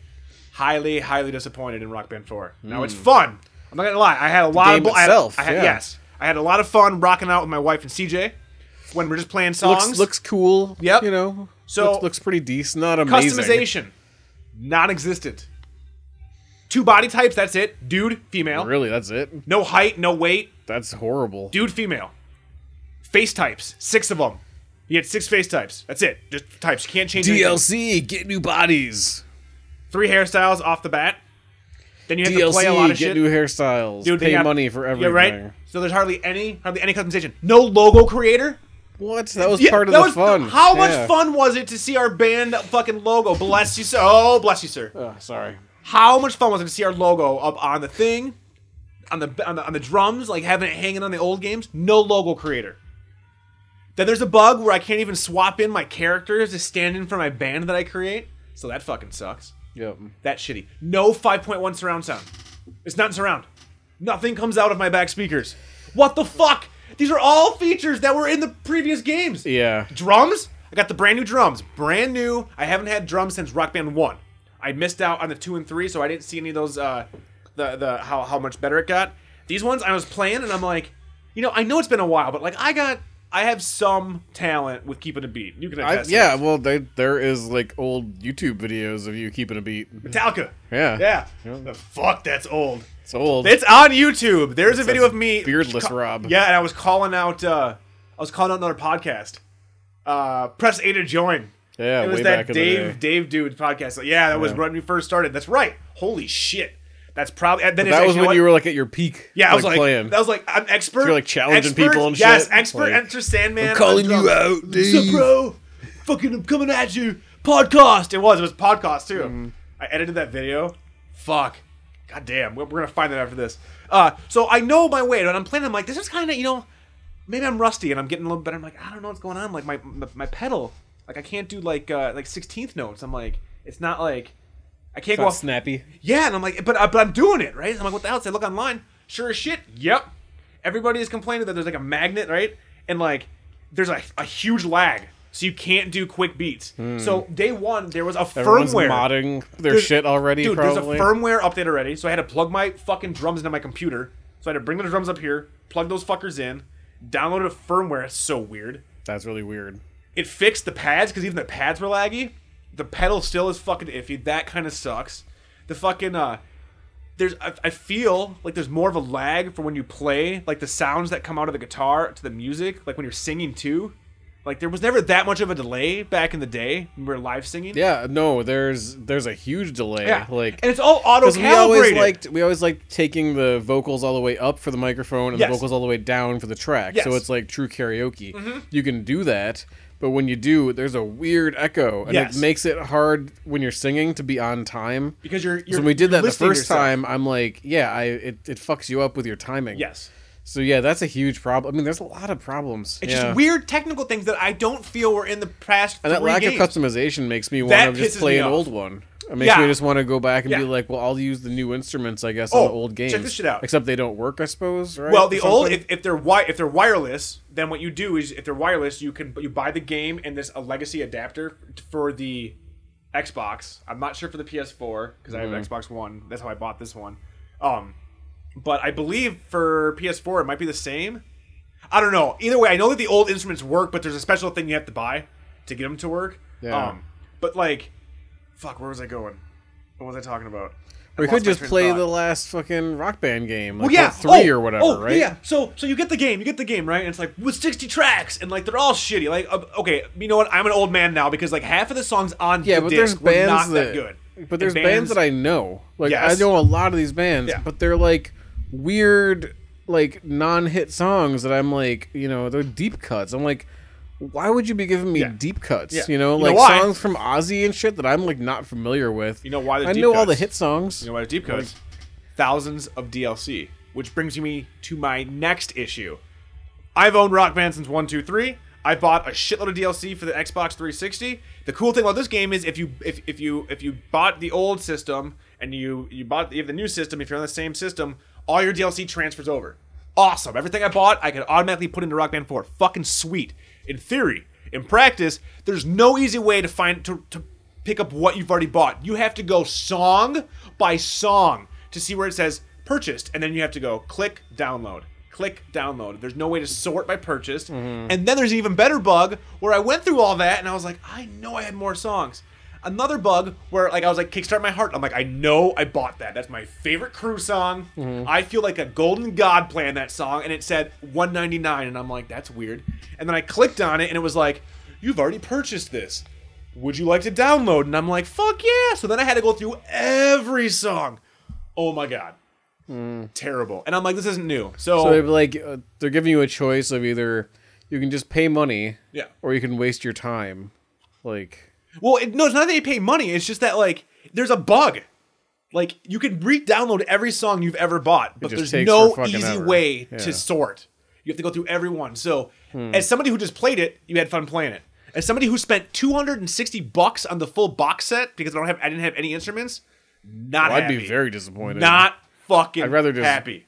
S5: highly, highly disappointed in Rock Band 4. Now it's fun. I'm not gonna lie. I had a lot
S6: game
S5: of bu- I had-
S6: itself,
S5: I had,
S6: yeah.
S5: Yes, I had a lot of fun rocking out with my wife and CJ when we're just playing songs.
S6: looks looks cool.
S5: Yep.
S6: You know,
S5: So-
S6: looks, looks pretty decent. Not amazing.
S5: customization, non-existent. Two body types. That's it. Dude, female.
S6: Really, that's it.
S5: No height, no weight.
S6: That's horrible.
S5: dude, female. Face types, six of them. You get six face types. That's it. Just types. You can't change anything.
S6: DLC, get new bodies.
S5: Three hairstyles off the bat. Then you have to play a lot
S6: DLC,
S5: of
S6: get
S5: shit.
S6: new hairstyles.
S5: Dude,
S6: pay
S5: they got-
S6: money for
S5: yeah,
S6: everything.
S5: right. So there's hardly any, hardly any customization. No logo creator.
S6: What? That was
S5: Yeah,
S6: part of
S5: that
S6: the
S5: was-
S6: fun.
S5: How
S6: Yeah.
S5: much fun was it to see our band fucking logo? Bless you, sir. Oh, bless you, sir.
S6: Oh, sorry.
S5: How much fun was it to see our logo up on the thing, on the on the, on the drums, like having it hanging on the old games? No logo creator. Then there's a bug where I can't even swap in my characters to stand in for my band that I create. So that fucking sucks.
S6: Yep.
S5: That shitty. No 5.1 surround sound. It's not in surround. Nothing comes out of my back speakers. What the fuck? These are all features that were in the previous games.
S6: Yeah.
S5: Drums? I got the brand new drums. Brand new. I haven't had drums since Rock Band 1. I missed out on the 2 and 3, so I didn't see any of those uh the the how how much better it got. These ones I was playing and I'm like, you know, I know it's been a while, but like I got I have some talent with keeping a beat. You can
S6: I,
S5: attest. to
S6: yeah.
S5: that.
S6: Well, they, there is like old YouTube videos of you keeping a beat.
S5: Metallica.
S6: Yeah.
S5: Yeah. The fuck that's old.
S6: It's old.
S5: It's on YouTube. There's a
S6: says
S5: video of me
S6: beardless Rob.
S5: Yeah, and I was calling out uh I was calling out another podcast. uh, press A to join.
S6: Yeah,
S5: it was
S6: way
S5: that
S6: back in the
S5: Dave
S6: day.
S5: Dave dude podcast. Like, yeah, that was
S6: Yeah.
S5: when we first started. That's right. Holy shit. That's probably and then it's
S6: That
S5: like,
S6: was
S5: know
S6: when
S5: what?
S6: you were like at your peak.
S5: yeah. I was like,
S6: playing.
S5: that was like I'm expert.
S6: You're, like, challenging
S5: expert,
S6: people and
S5: yes,
S6: shit.
S5: expert.
S6: Like,
S5: enter Sandman. on
S6: calling you
S5: drums.
S6: out,
S5: What's up,
S6: Dave?
S5: bro? Fucking, I'm coming at you. Podcast. It was. It was podcast too.
S6: Mm-hmm.
S5: I edited that video. Fuck. God damn. We're, we're gonna find that after this. Uh, so I know my way, and I'm playing. I'm like, this is kind of you know, maybe I'm rusty and I'm getting a little better. I'm like, I don't know what's going on. Like my my, my pedal, like I can't do like uh like 16th notes. I'm like, it's not like. I can't go
S6: Not
S5: off
S6: snappy.
S5: yeah, and I'm like, but uh, but I'm doing it, right? I'm like, what the hell? So I look online. Sure as shit. Yep. Everybody is complaining that there's like a magnet, right? And like, there's a, a huge lag, so you can't do quick beats. So day one, there was a
S6: Hmm. Everyone's
S5: firmware
S6: modding their
S5: There's-
S6: shit already.
S5: Dude,
S6: probably.
S5: there's a firmware update already, so I had to plug my fucking drums into my computer. So I had to bring the drums up here, plug those fuckers in, downloaded a firmware. It's so weird.
S6: That's really weird.
S5: It fixed the pads because even the pads were laggy. The pedal still is fucking iffy. That kind of sucks. The fucking uh, there's I, I feel like there's more of a lag for when you play like the sounds that come out of the guitar to the music, like when you're singing too. Like there was never that much of a delay back in the day when we were live singing.
S6: Yeah, no, there's there's a huge delay.
S5: yeah.
S6: Like
S5: and it's all auto
S6: 'Cause we always
S5: calibrated.
S6: liked we always liked taking the vocals all the way up for the microphone and
S5: Yes.
S6: the vocals all the way down for the track. So
S5: Yes. Mm-hmm.
S6: it's like true karaoke. You can do that, but when you do, there's a weird echo, and
S5: Yes.
S6: it makes it hard when you're singing to be on time.
S5: because you're, you're
S6: so when we did
S5: you're
S6: that the
S5: listening to
S6: first
S5: yourself.
S6: time, I'm like, yeah, I it, it fucks you up with your timing.
S5: Yes.
S6: So yeah, that's a huge problem. I mean, there's a lot of problems.
S5: It's
S6: Yeah.
S5: just weird technical things that I don't feel were in the past.
S6: And that
S5: three
S6: lack
S5: games.
S6: of customization makes me
S5: That
S6: want to
S5: pisses
S6: just
S5: me
S6: play an
S5: off.
S6: old one. It makes
S5: Yeah.
S6: me just want to go back and
S5: Yeah.
S6: be like, well, I'll use the new instruments, I guess,
S5: Oh,
S6: on the old
S5: check
S6: games.
S5: this shit out.
S6: Except they don't work, I suppose. Right?
S5: Well,
S6: or
S5: the old
S6: something?
S5: if, if they're wi- if they're wireless, then what you do is if they're wireless, you can you buy the game and there's a legacy adapter for the Xbox. I'm not sure for the PS4 because I
S6: Mm-hmm.
S5: have Xbox One. That's how I bought this one. Um, but I believe for PS4 it might be the same. I don't know. Either way, I know that the old instruments work, but there's a special thing you have to buy to get them to work.
S6: Yeah.
S5: Um, but like, fuck, where was I going? What was I talking about? I
S6: we
S5: lost my
S6: could just
S5: train of
S6: play
S5: thought.
S6: the last fucking rock band game, like
S5: Well, yeah,
S6: what, three
S5: Oh,
S6: or whatever,
S5: oh,
S6: right?
S5: Yeah, so so you get the game, you get the game, right? And it's like with sixty tracks, and like they're all shitty. Like, uh, okay, you know what? I'm an old man now because like half of the songs on
S6: Yeah,
S5: the
S6: but there's
S5: disc were
S6: bands
S5: not that,
S6: that,
S5: good.
S6: but there's bands, that I know. Like
S5: Yes.
S6: I know a lot of these bands,
S5: Yeah.
S6: but they're like weird, like non-hit songs that I'm like, you know, they're deep cuts. I'm like, why would you be giving me
S5: Yeah.
S6: deep cuts?
S5: Yeah.
S6: You know,
S5: You know
S6: like
S5: why?
S6: songs from Ozzy and shit that I'm like not familiar with.
S5: You know why they're
S6: I
S5: deep
S6: know all the
S5: cuts?
S6: hit songs.
S5: you know what? Deep cuts, thousands of DLC, which brings me to my next issue. I've owned Rock Band since one, two, three. I bought a shitload of DLC for the Xbox 360. The cool thing about this game is if you if, if you if you bought the old system and you you bought you have the new system, if you're on the same system, all your DLC transfers over. Awesome. Everything I bought, I could automatically put into Rock Band 4. Fucking sweet. In theory, in practice, there's no easy way to find to, to pick up what you've already bought. You have to go song by song to see where it says purchased, and then you have to go click download click download. There's no way to sort by purchase. And then there's an even better bug where I went through all that and I was like, I know I had more songs. Another bug where like I was like kickstart my heart. I'm like, I know I bought that. That's my favorite crew song. I feel like a golden god playing that song and it said 199 and I'm like, that's weird. And then I clicked on it and it was like, you've already purchased this would you like to download? And I'm like, fuck yeah. So then I had to go through every song. Oh my God. Terrible. And I'm like, this isn't new. So,
S6: So they're like, uh, they're giving you a choice of either you can just pay money,
S5: Yeah.
S6: or you can waste your time, like.
S5: well, it, no, it's not that they pay money. It's just that, like, there's a bug. Like, you could re download every song you've ever bought, but
S6: just
S5: there's
S6: takes
S5: no
S6: for fucking
S5: easy
S6: ever.
S5: way
S6: Yeah. Hmm.
S5: to sort. You have to go through every one. So, as somebody who just played it, you had fun playing it. As somebody who spent 260 bucks on the full box set because I don't have, I didn't have any instruments, not
S6: I'd
S5: happy.
S6: be very disappointed.
S5: Not fucking
S6: I'd rather just
S5: happy.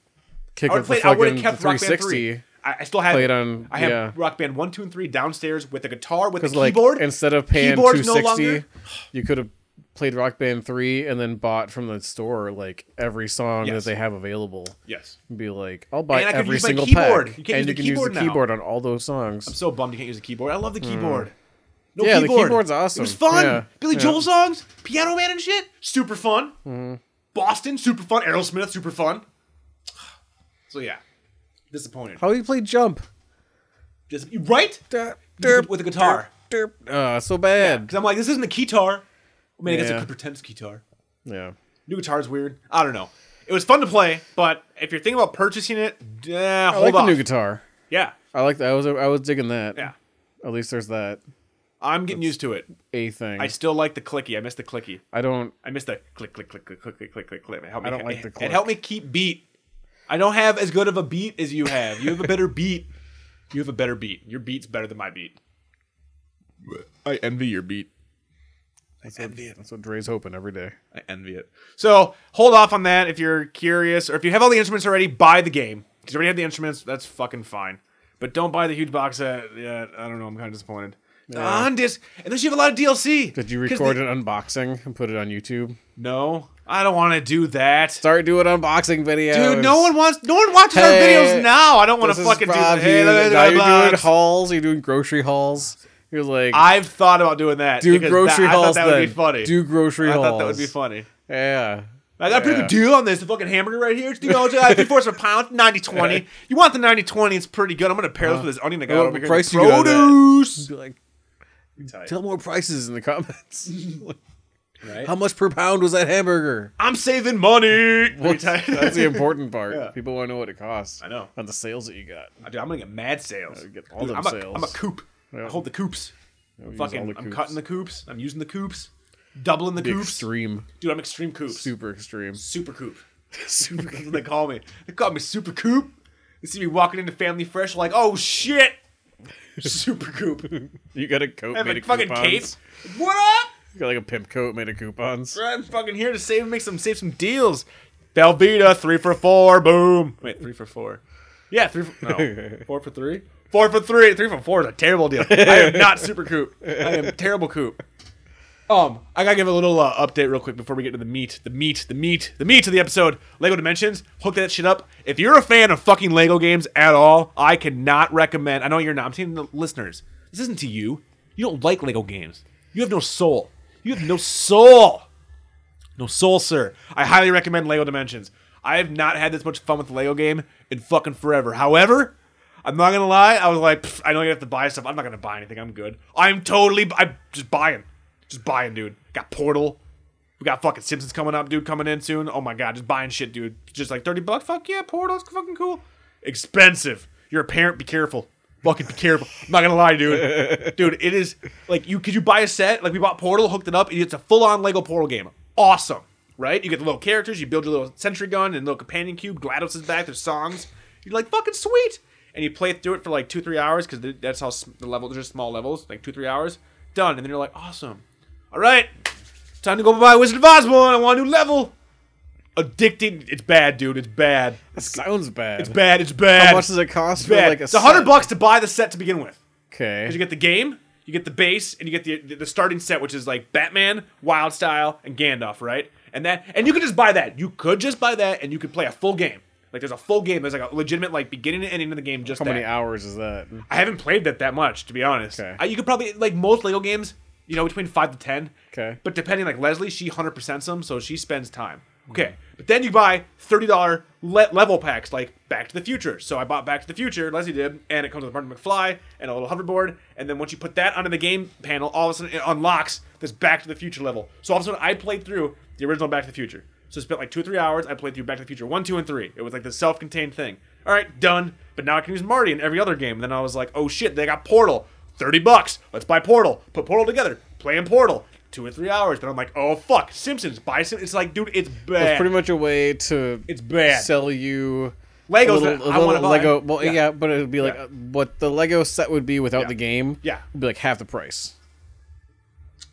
S6: kick
S5: I would
S6: up
S5: have
S6: the
S5: played. I would
S6: fucking
S5: have kept Rock Band
S6: 360.
S5: three. I, I still have
S6: Play
S5: it
S6: it on-
S5: I have
S6: yeah.
S5: Rock Band one, two, and three downstairs with a guitar with a
S6: Because like
S5: keyboard.
S6: instead of paying
S5: Keyboard's no
S6: 260
S5: longer-
S6: you could have played rock band 3 and then bought from the store like every song
S5: Yes.
S6: that they have available
S5: yes,
S6: and be like i'll buy
S5: And I could
S6: every
S5: use my
S6: single
S5: keyboard.
S6: pack
S5: You can't use
S6: and
S5: the
S6: you can
S5: keyboard
S6: use the
S5: now.
S6: keyboard on all those songs
S5: so bummed you can't use a keyboard. I love the keyboard. No
S6: Mm. Yeah, the
S5: keyboard.
S6: keyboard's
S5: It was
S6: awesome.
S5: fun.
S6: Yeah,
S5: Billy
S6: yeah. Mm-hmm.
S5: Joel songs, Piano Man and shit, super fun. Boston, super fun. Aerosmith, super fun. [SIGHS] So yeah, disappointed.
S6: how do you play jump
S5: Dis- right?
S6: Da-
S5: derp, with a guitar.
S6: Derp. Uh, so bad.
S5: Because I'm like, this isn't a guitar. I mean, I guess it
S6: Yeah.
S5: could pretend it's a guitar.
S6: Yeah.
S5: New guitar's weird. I don't know. It was fun to play, but if you're thinking about purchasing it, uh,
S6: I
S5: hold
S6: like
S5: on.
S6: the new guitar.
S5: yeah,
S6: I like that. I was I was digging that.
S5: yeah.
S6: At least there's that
S5: I'm getting used to it.
S6: a thing.
S5: I still like the clicky. I miss the clicky.
S6: I don't.
S5: I miss the click, click, click, click, click, click, click, click, click. It helped
S6: I
S5: me-
S6: don't like the
S5: it-
S6: click.
S5: It helped me keep beat. I don't have as good of a beat as you have. You have a better beat. You have a better beat. Your beat's better than my beat.
S6: I envy your beat. That's what, That's what Dre's hoping every day.
S5: I envy it. So hold off on that if you're curious, or if you have all the instruments already, buy the game. Because you already have the instruments, that's fucking fine. But don't buy the huge box set. Yeah, I don't know. I'm kind of disappointed. On disc, unless you have a lot of DLC.
S6: Did you
S5: 'Cause
S6: record
S5: the-
S6: an unboxing and put it on YouTube?
S5: No, I don't want to do that.
S6: Start doing unboxing videos,
S5: Dude, no one wants, no one watches our
S6: Hey,
S5: videos now. I don't want
S6: This
S5: to
S6: is
S5: fucking do
S6: Rob
S5: that. Hey,
S6: here.
S5: look at
S6: now
S5: my
S6: you're doing
S5: box.
S6: hauls. You're doing grocery hauls. You're like,
S5: I've thought about doing that.
S6: do
S5: because
S6: grocery
S5: that, I
S6: hauls.
S5: thought that would be
S6: then.
S5: funny.
S6: Do grocery
S5: I
S6: hauls.
S5: thought that would be funny.
S6: Yeah.
S5: I got a pretty
S6: Yeah.
S5: good deal on this. The fucking hamburger right here. It's two dollars three fourths of a pound,
S6: [LAUGHS]
S5: 90-20. You want the 90-20, it's pretty good. I'm gonna pair this with this onion I got
S6: What
S5: over here.
S6: Uh-huh. price you got on that?
S5: Produce.
S6: Be like,
S5: tight.
S6: tell more prices in the comments.
S5: [LAUGHS]
S6: Like,
S5: Right?
S6: How much per pound was that [LAUGHS] hamburger?
S5: I'm saving money.
S6: [LAUGHS]
S5: Pretty tight.
S6: That's the important part.
S5: Yeah.
S6: People want to know what it costs.
S5: I know.
S6: On the sales that you got.
S5: [LAUGHS] Dude, I'm gonna get mad sales.
S6: get all
S5: Dude,
S6: them
S5: I'm, a,
S6: sales.
S5: I'm a coop. I
S6: Yeah.
S5: hold the coops.
S6: Use all
S5: Fucking,
S6: the
S5: I'm
S6: coops.
S5: cutting the coops. I'm using the coops. Doubling the
S6: Be
S5: coops.
S6: extreme,
S5: Dude, I'm extreme coops.
S6: super extreme.
S5: Super coop.
S6: [LAUGHS] Super.
S5: That's what they call me. They call me Super Coop. They see me walking into Family Fresh, like, oh
S6: [LAUGHS]
S5: shit, Super Coop.
S6: you got a coat
S5: I have
S6: made
S5: a
S6: of
S5: fucking cape.
S6: coupons.
S5: What up?
S6: You got like a pimp coat made of coupons.
S5: I'm fucking here to save, make some, save some deals. Belvita, three for four, boom. Wait, three for four. Yeah, three. For, no, four for three. Four for three. Three for four is a terrible deal. I am not Super Coop. I am terrible Coop. Um, I gotta give a little uh, update real quick before we get to the meat, the meat, the meat, the meat of the episode. Lego Dimensions, hook that shit up. If you're a fan of fucking Lego games at all, I cannot recommend. I know you're not. I'm saying to the listeners, this isn't to you. You don't like Lego games. You have no soul. You have no soul. No soul, sir. I highly recommend Lego Dimensions. I have not had this much fun with the Lego game in fucking forever. However, I'm not gonna lie. I was like, "Pff, I know you have to buy stuff. I'm not gonna buy anything. I'm good. I'm totally. I'm just buying. Just buying, dude. Got Portal. We got fucking Simpsons coming up, dude. Coming in soon. Oh my god, just buying shit, dude. Just like thirty bucks. Fuck yeah, Portal's fucking cool. Expensive. You're a parent. Be careful. Fucking be careful. I'm not gonna lie, dude. Dude, it is like you. Could you buy a set? Like we bought Portal, hooked it up. and It's a full-on Lego Portal game. Awesome, right? You get the little characters. You build your little sentry gun and little companion cube. Glados is back. There's songs. You're like fucking sweet. And you play through it for like two, three hours because that's how s- the level. There's just small levels, like two, three hours. Done. And then you're like, awesome. All right, Time to go buy Wizard of Oz one. I want a new level. Addicted. It's bad, dude. It's bad.
S6: That sounds bad.
S5: It's bad. It's bad.
S6: How much does it cost
S5: It's
S6: for
S5: bad.
S6: like a
S5: it's a hundred
S6: set?
S5: bucks to buy the set to begin with.
S6: 'Kay.
S5: You get the game, you get the base, and you get the the starting set, which is like Batman, Wild Style, and Gandalf, right? And that, and you could just buy that. You could just buy that, and you could play a full game. Like there's a full game. There's like a legitimate like beginning and ending of the game. Just
S6: How
S5: that.
S6: many hours is that?
S5: I haven't played that that much, to be honest.
S6: Okay.
S5: I, you could probably like most Lego games, you know, between five to ten.
S6: Okay.
S5: But depending, like Leslie, she hundred percents them, so she spends time. Okay. But then you buy thirty dollar le- level packs, like Back to the Future. So I bought Back to the Future, Leslie did, and it comes with Martin McFly and a little hoverboard. And then once you put that onto the game panel, all of a sudden it unlocks this Back to the Future level. So all of a sudden I played through the original Back to the Future. So I spent like two or three hours. I played through Back to the Future one, two, and three. It was like the self-contained thing. All right, done. But now I can use Marty in every other game. And then I was like, oh shit, they got Portal. Thirty bucks. Let's buy Portal. Put Portal together. Play in Portal. Two or three hours. Then I'm like, oh fuck, Simpsons. Buy Simpsons. It's like, dude, it's bad.
S6: It's pretty much a way to
S5: It's bad.
S6: sell you
S5: Legos
S6: a little-
S5: that I
S6: a little
S5: wanna buy.
S6: Lego. Well,
S5: Yeah.
S6: yeah. but it would be like
S5: Yeah.
S6: uh, what the Lego set would be without
S5: Yeah.
S6: the game.
S5: Yeah.
S6: would be like half the price.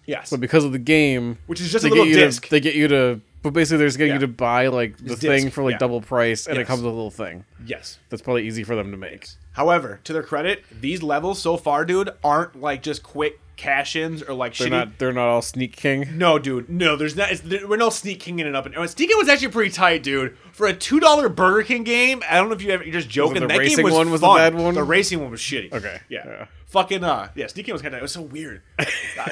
S5: yes.
S6: But because of the game,
S5: Which is just
S6: they
S5: a little
S6: get you to-
S5: disc.
S6: they get you to. But basically, they're just getting
S5: Yeah.
S6: you to buy like the
S5: This
S6: thing
S5: disc,
S6: for like
S5: yeah.
S6: double price, and
S5: Yes.
S6: it comes with a little thing
S5: yes.
S6: that's probably easy for them to make.
S5: However, to their credit, these levels so far, dude, aren't like just quick cash-ins or like
S6: They're
S5: shitty.
S6: not. They're not all sneak king.
S5: No, dude. No, there's not. It's, there, we're no sneaking it up. And oh, sneaking was actually pretty tight, dude. For a two dollar Burger King game, I don't know if you ever. You're just joking.
S6: the
S5: that game
S6: racing
S5: was
S6: one was the
S5: fun.
S6: bad one?
S5: The racing one was shitty.
S6: Okay,
S5: Yeah.
S6: yeah.
S5: Fucking uh. Yeah, sneaking was kind of. It was so
S6: [LAUGHS]
S5: weird. Uh,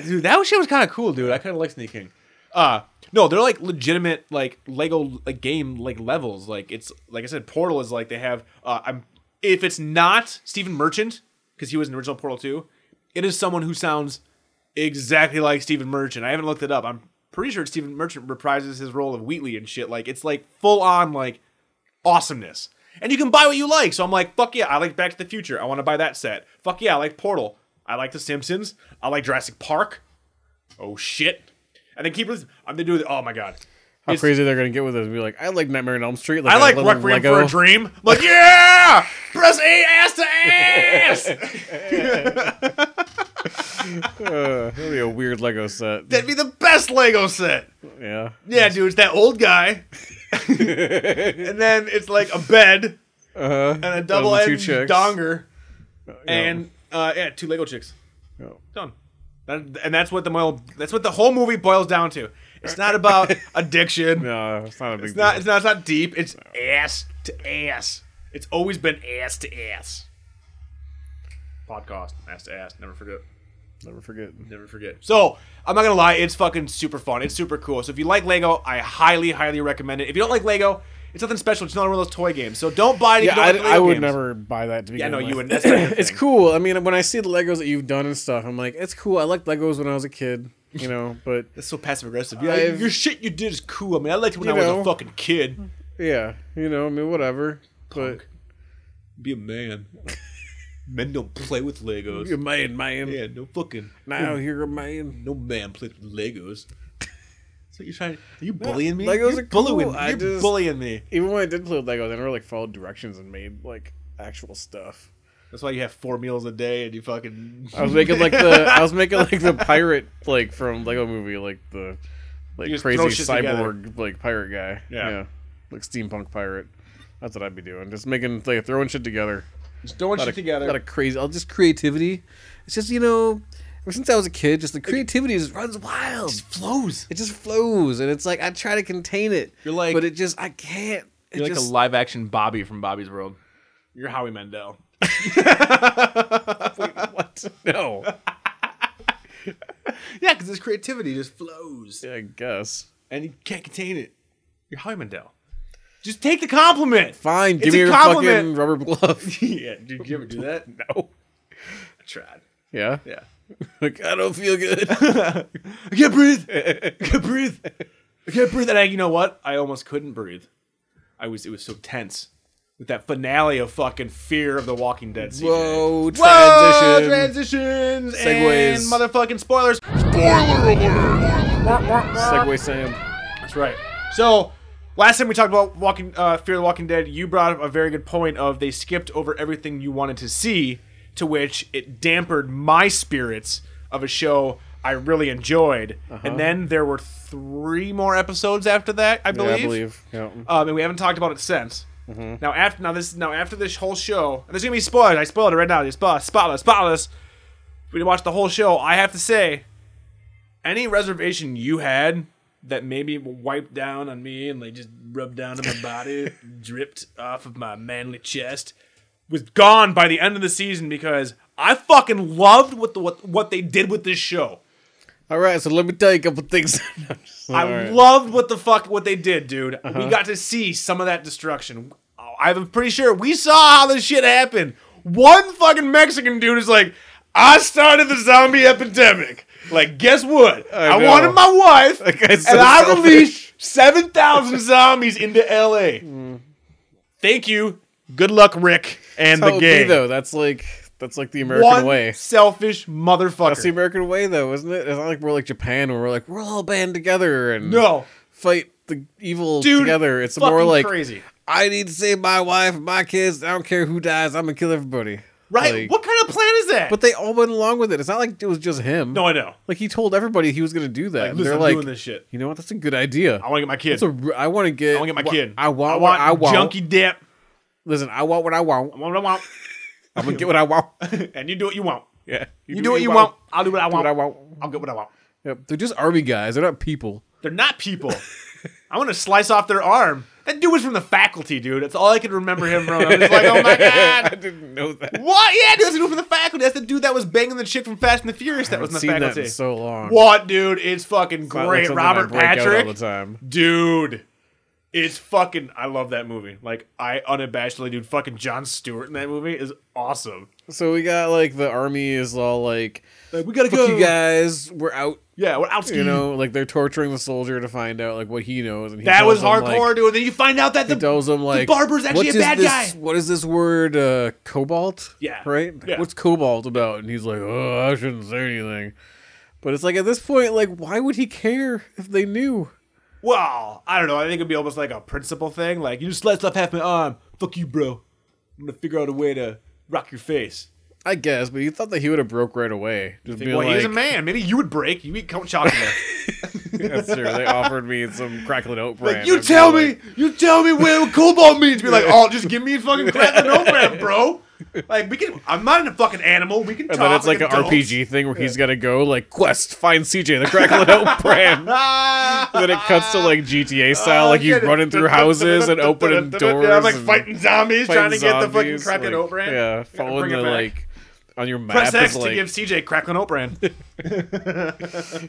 S5: dude, that shit was kind of cool, dude. I kind of like sneaking. Uh, no, they're like legitimate like Lego like game like levels. Like it's like I said, Portal is like they have. Uh, I'm if it's not Stephen Merchant because he was in the original Portal two. It is someone who sounds exactly like Stephen Merchant. I haven't looked it up. I'm pretty sure Stephen Merchant reprises his role of Wheatley and shit. Like it's like full on like awesomeness. And you can buy what you like. So I'm like, fuck yeah, I like Back to the Future. I want to buy that set. Fuck yeah, I like Portal. I like The Simpsons. I like Jurassic Park. Oh shit. And then keep listening. I'm gonna do it. Oh my god.
S6: How
S5: It's-
S6: crazy they're gonna get with it and be like, I like Nightmare on Elm Street.
S5: I like
S6: little
S5: Requiem
S6: Lego.
S5: for a Dream. I'm like, yeah! Press A ass to ass!
S6: [LAUGHS] Uh, that'd be a weird Lego set.
S5: That'd be the best Lego set.
S6: yeah.
S5: Yeah, dude, it's that old guy.
S6: [LAUGHS]
S5: and then it's like a bed
S6: Uh,
S5: and a double edged
S6: chicks.
S5: donger. And uh, yeah, two Lego chicks.
S6: Yeah.
S5: Done. That, and that's what the mo- that's what the whole movie boils down to. It's not about addiction.
S6: No, it's not a big
S5: It's not. It's not. It's not deep. It's ass to ass. It's always been ass to ass. Podcast ass to ass. Never forget.
S6: deal. Never forget.
S5: Never forget. So I'm not gonna lie. It's fucking super fun. It's super cool. So if you like Lego, I highly, highly recommend it. If you don't like Lego, it's nothing special. It's another one of those toy games. So don't buy it. If
S6: Yeah,
S5: you don't
S6: I,
S5: like Lego
S6: I would
S5: games.
S6: never buy that to begin
S5: Yeah, no,
S6: with.
S5: you wouldn't. That's not your
S6: [LAUGHS] it's
S5: thing.
S6: cool. I mean, when I see the Legos that you've done and stuff, I'm like, it's cool. I liked Legos when I was a kid, you know. But
S5: That's so passive aggressive. Yeah,
S6: I've-
S5: your shit you did is cool. I mean, I liked it when I
S6: You
S5: was a
S6: know.
S5: fucking kid.
S6: yeah, you know, I mean, whatever. But
S5: Be a
S6: [LAUGHS]
S5: man. Men don't play with Legos.
S6: you're man, man.
S5: Yeah, no fucking.
S6: Now you're a man.
S5: No man plays with Legos. So you're trying? Are you bullying me?
S6: Legos
S5: you're
S6: are cool.
S5: bullying me.
S6: I
S5: You're
S6: just-
S5: bullying me.
S6: Even when I did play with Legos, I never like followed directions and made like actual stuff.
S5: That's why you have four meals a day and you fucking.
S6: I was making like the I was making like the pirate like from Lego Movie, like the like
S5: You just
S6: crazy
S5: throw shit
S6: cyborg like pirate guy.
S5: Yeah.
S6: like steampunk pirate. That's what I'd be doing. Just making like throwing shit together.
S5: Just throwing
S6: Not
S5: shit
S6: a,
S5: together.
S6: Not a crazy. I'll just creativity. It's just you know, ever since I was a kid, just the creativity just runs wild.
S5: flows.
S6: It just flows, and it's like I try to contain it.
S5: You're like-
S6: but it just I can't. It
S5: You're like
S6: just,
S5: a live action Bobby from Bobby's World. You're Howie
S6: [LAUGHS]
S5: Mandel.
S6: what? No,
S5: [LAUGHS] Yeah, because his creativity just flows
S6: I guess.
S5: and you can't contain it. You're Howie Mandel. Just take the compliment.
S6: Fine, give
S5: It's
S6: me
S5: a
S6: your
S5: compliment.
S6: fucking
S5: [LAUGHS]
S6: rubber glove.
S5: yeah, did you ever do [LAUGHS] that? I
S6: no.
S5: tried.
S6: Yeah.
S5: Yeah.
S6: Like I don't
S5: [LAUGHS]
S6: feel good.
S5: I can't breathe. I [LAUGHS] can't breathe. I can't breathe. And I, you know what? I almost couldn't breathe. I was. It was so tense with that finale of fucking Fear of the Walking Dead season.
S6: Whoa, transition.
S5: Whoa, transitions, and
S6: Segues.
S5: motherfucking spoilers.
S6: Segway Sam.
S5: That's right. So last time we talked about Walking uh, Fear of the Walking Dead, you brought up a very good point of they skipped over everything you wanted to see, to which it dampered my spirits of a show I really enjoyed. And then there were three more episodes after that, Uh-huh. I
S6: Yeah,
S5: believe.
S6: I believe. Yeah.
S5: Um, and we haven't talked about it since. Now after now this now after this whole show, and there's gonna be spoilers. I spoiled it right now. It's spot- spotless, spotless. We watched the whole show. I have to say, any reservation you had that maybe wiped down on me and like just rubbed down on my body, dripped off of my manly chest, was gone by the end of the season because I fucking loved what the, what what they did with this show.
S6: All right, so let me tell you a couple things. [LAUGHS] All
S5: I
S6: right. Uh-huh.
S5: loved what the fuck what they did, dude. We got to see some of that destruction. I'm pretty sure we saw how this shit happened. One fucking Mexican dude is like, "I started the zombie epidemic." Like, guess what? I,
S6: I know.
S5: wanted my wife,
S6: guy's so
S5: and I
S6: selfish.
S5: released seven thousand zombies into L.A. Thank you. Good luck, Rick, and
S6: That
S5: the
S6: would be,
S5: gang.
S6: though. That's like that's like the American
S5: One
S6: way.
S5: selfish motherfucker.
S6: That's the American way, though, isn't it? It's not like we're like Japan, where we're like we're all band together and
S5: no,
S6: fight the evil
S5: dude.
S6: together. It's
S5: fucking
S6: more like
S5: crazy,
S6: I need to save my wife, and my kids. I don't care who dies. I'm gonna kill everybody.
S5: right?
S6: Like-
S5: what kind of plan is that?
S6: But they all went along with it. It's not like it was just him.
S5: no, I know.
S6: like he told everybody he was gonna do that. and
S5: Listen,
S6: they're
S5: I'm
S6: like,
S5: doing this shit.
S6: you know what? That's a good idea.
S5: I want to get my kid.
S6: That's a r- I want to get.
S5: I want to get
S6: wha-
S5: my kid.
S6: I want.
S5: I
S6: what
S5: want,
S6: I want.
S5: junky dip.
S6: Listen, I want what I want.
S5: I want what I want.
S6: I'm gonna get what
S5: [LAUGHS]
S6: I want. [LAUGHS]
S5: and you do what you want.
S6: Yeah.
S5: You, do what you want. I'll do what I
S6: Do
S5: want.
S6: what I want.
S5: I'll get what I want.
S6: Yep. They're just army guys. They're not people.
S5: They're not people. I want to slice off their arm. That dude was from the faculty, dude. That's all I can remember him from. I was like, oh
S6: [LAUGHS]
S5: my
S6: I
S5: god.
S6: didn't know that.
S5: What? Yeah, dude, that's the dude from the faculty. That's the dude that was banging the chick from Fast and the Furious that was in the
S6: seen
S5: faculty.
S6: that in so long.
S5: what, dude? It's fucking
S6: Not like
S5: great.
S6: something I
S5: Robert
S6: break out all
S5: Patrick.
S6: the time.
S5: Dude. It's fucking. I love that movie. Like I unabashedly, dude. Fucking John Stewart in that movie is awesome.
S6: So we got like the army is all like,
S5: Like we gotta
S6: "Fuck you guys, we're out."
S5: Yeah, what else?
S6: You know, like they're torturing the soldier to find out like what he knows, and he
S5: that was
S6: tells
S5: hardcore,
S6: them, like-
S5: dude. And then you find out that
S6: he
S5: the
S6: tells them like
S5: barber's actually
S6: "What
S5: a
S6: is
S5: bad
S6: this-
S5: guy."
S6: What is this word, uh, cobalt?
S5: Yeah.
S6: right.
S5: Yeah.
S6: What's cobalt about? And he's like, "Oh, I shouldn't say anything." But it's like at this point, like, why would he care if they knew?
S5: well, I don't know. I think it'd be almost like a principle thing. Like you just sliced off half my arm. Fuck you, bro. I'm gonna figure out a way to rock your face.
S6: I guess, but you thought that he would have broke right away. Just being
S5: well,
S6: like,
S5: he's a man. Maybe you would break. You eat count chocolate.
S6: [LAUGHS] That's true. They offered me some crackling oat bran.
S5: you
S6: I'd be
S5: tell me,
S6: like-
S5: you tell me where cobalt means. Be like, oh, just give me fucking crack no crap,
S6: [LAUGHS]
S5: bro. Like we can. I'm not a fucking animal. We can.
S6: And
S5: talk
S6: then it's like an
S5: an
S6: RPG thing where he's got to go like quest find CJ the
S5: [LAUGHS]
S6: crackling oat bran.
S5: Ah.
S6: then it cuts to like GTA style,
S5: Oh,
S6: like you
S5: get it.
S6: running through houses and opening doors.
S5: [LAUGHS] Yeah, I'm like
S6: and
S5: fighting zombies, trying to
S6: fighting
S5: get the fucking
S6: zombies,
S5: Kraken
S6: like,
S5: Oat Brand.
S6: Yeah,
S5: bring
S6: following
S5: it
S6: the
S5: back.
S6: like on your map
S5: Press X
S6: is
S5: to
S6: like
S5: give CJ Kraken Oat
S6: [LAUGHS]
S5: Brand.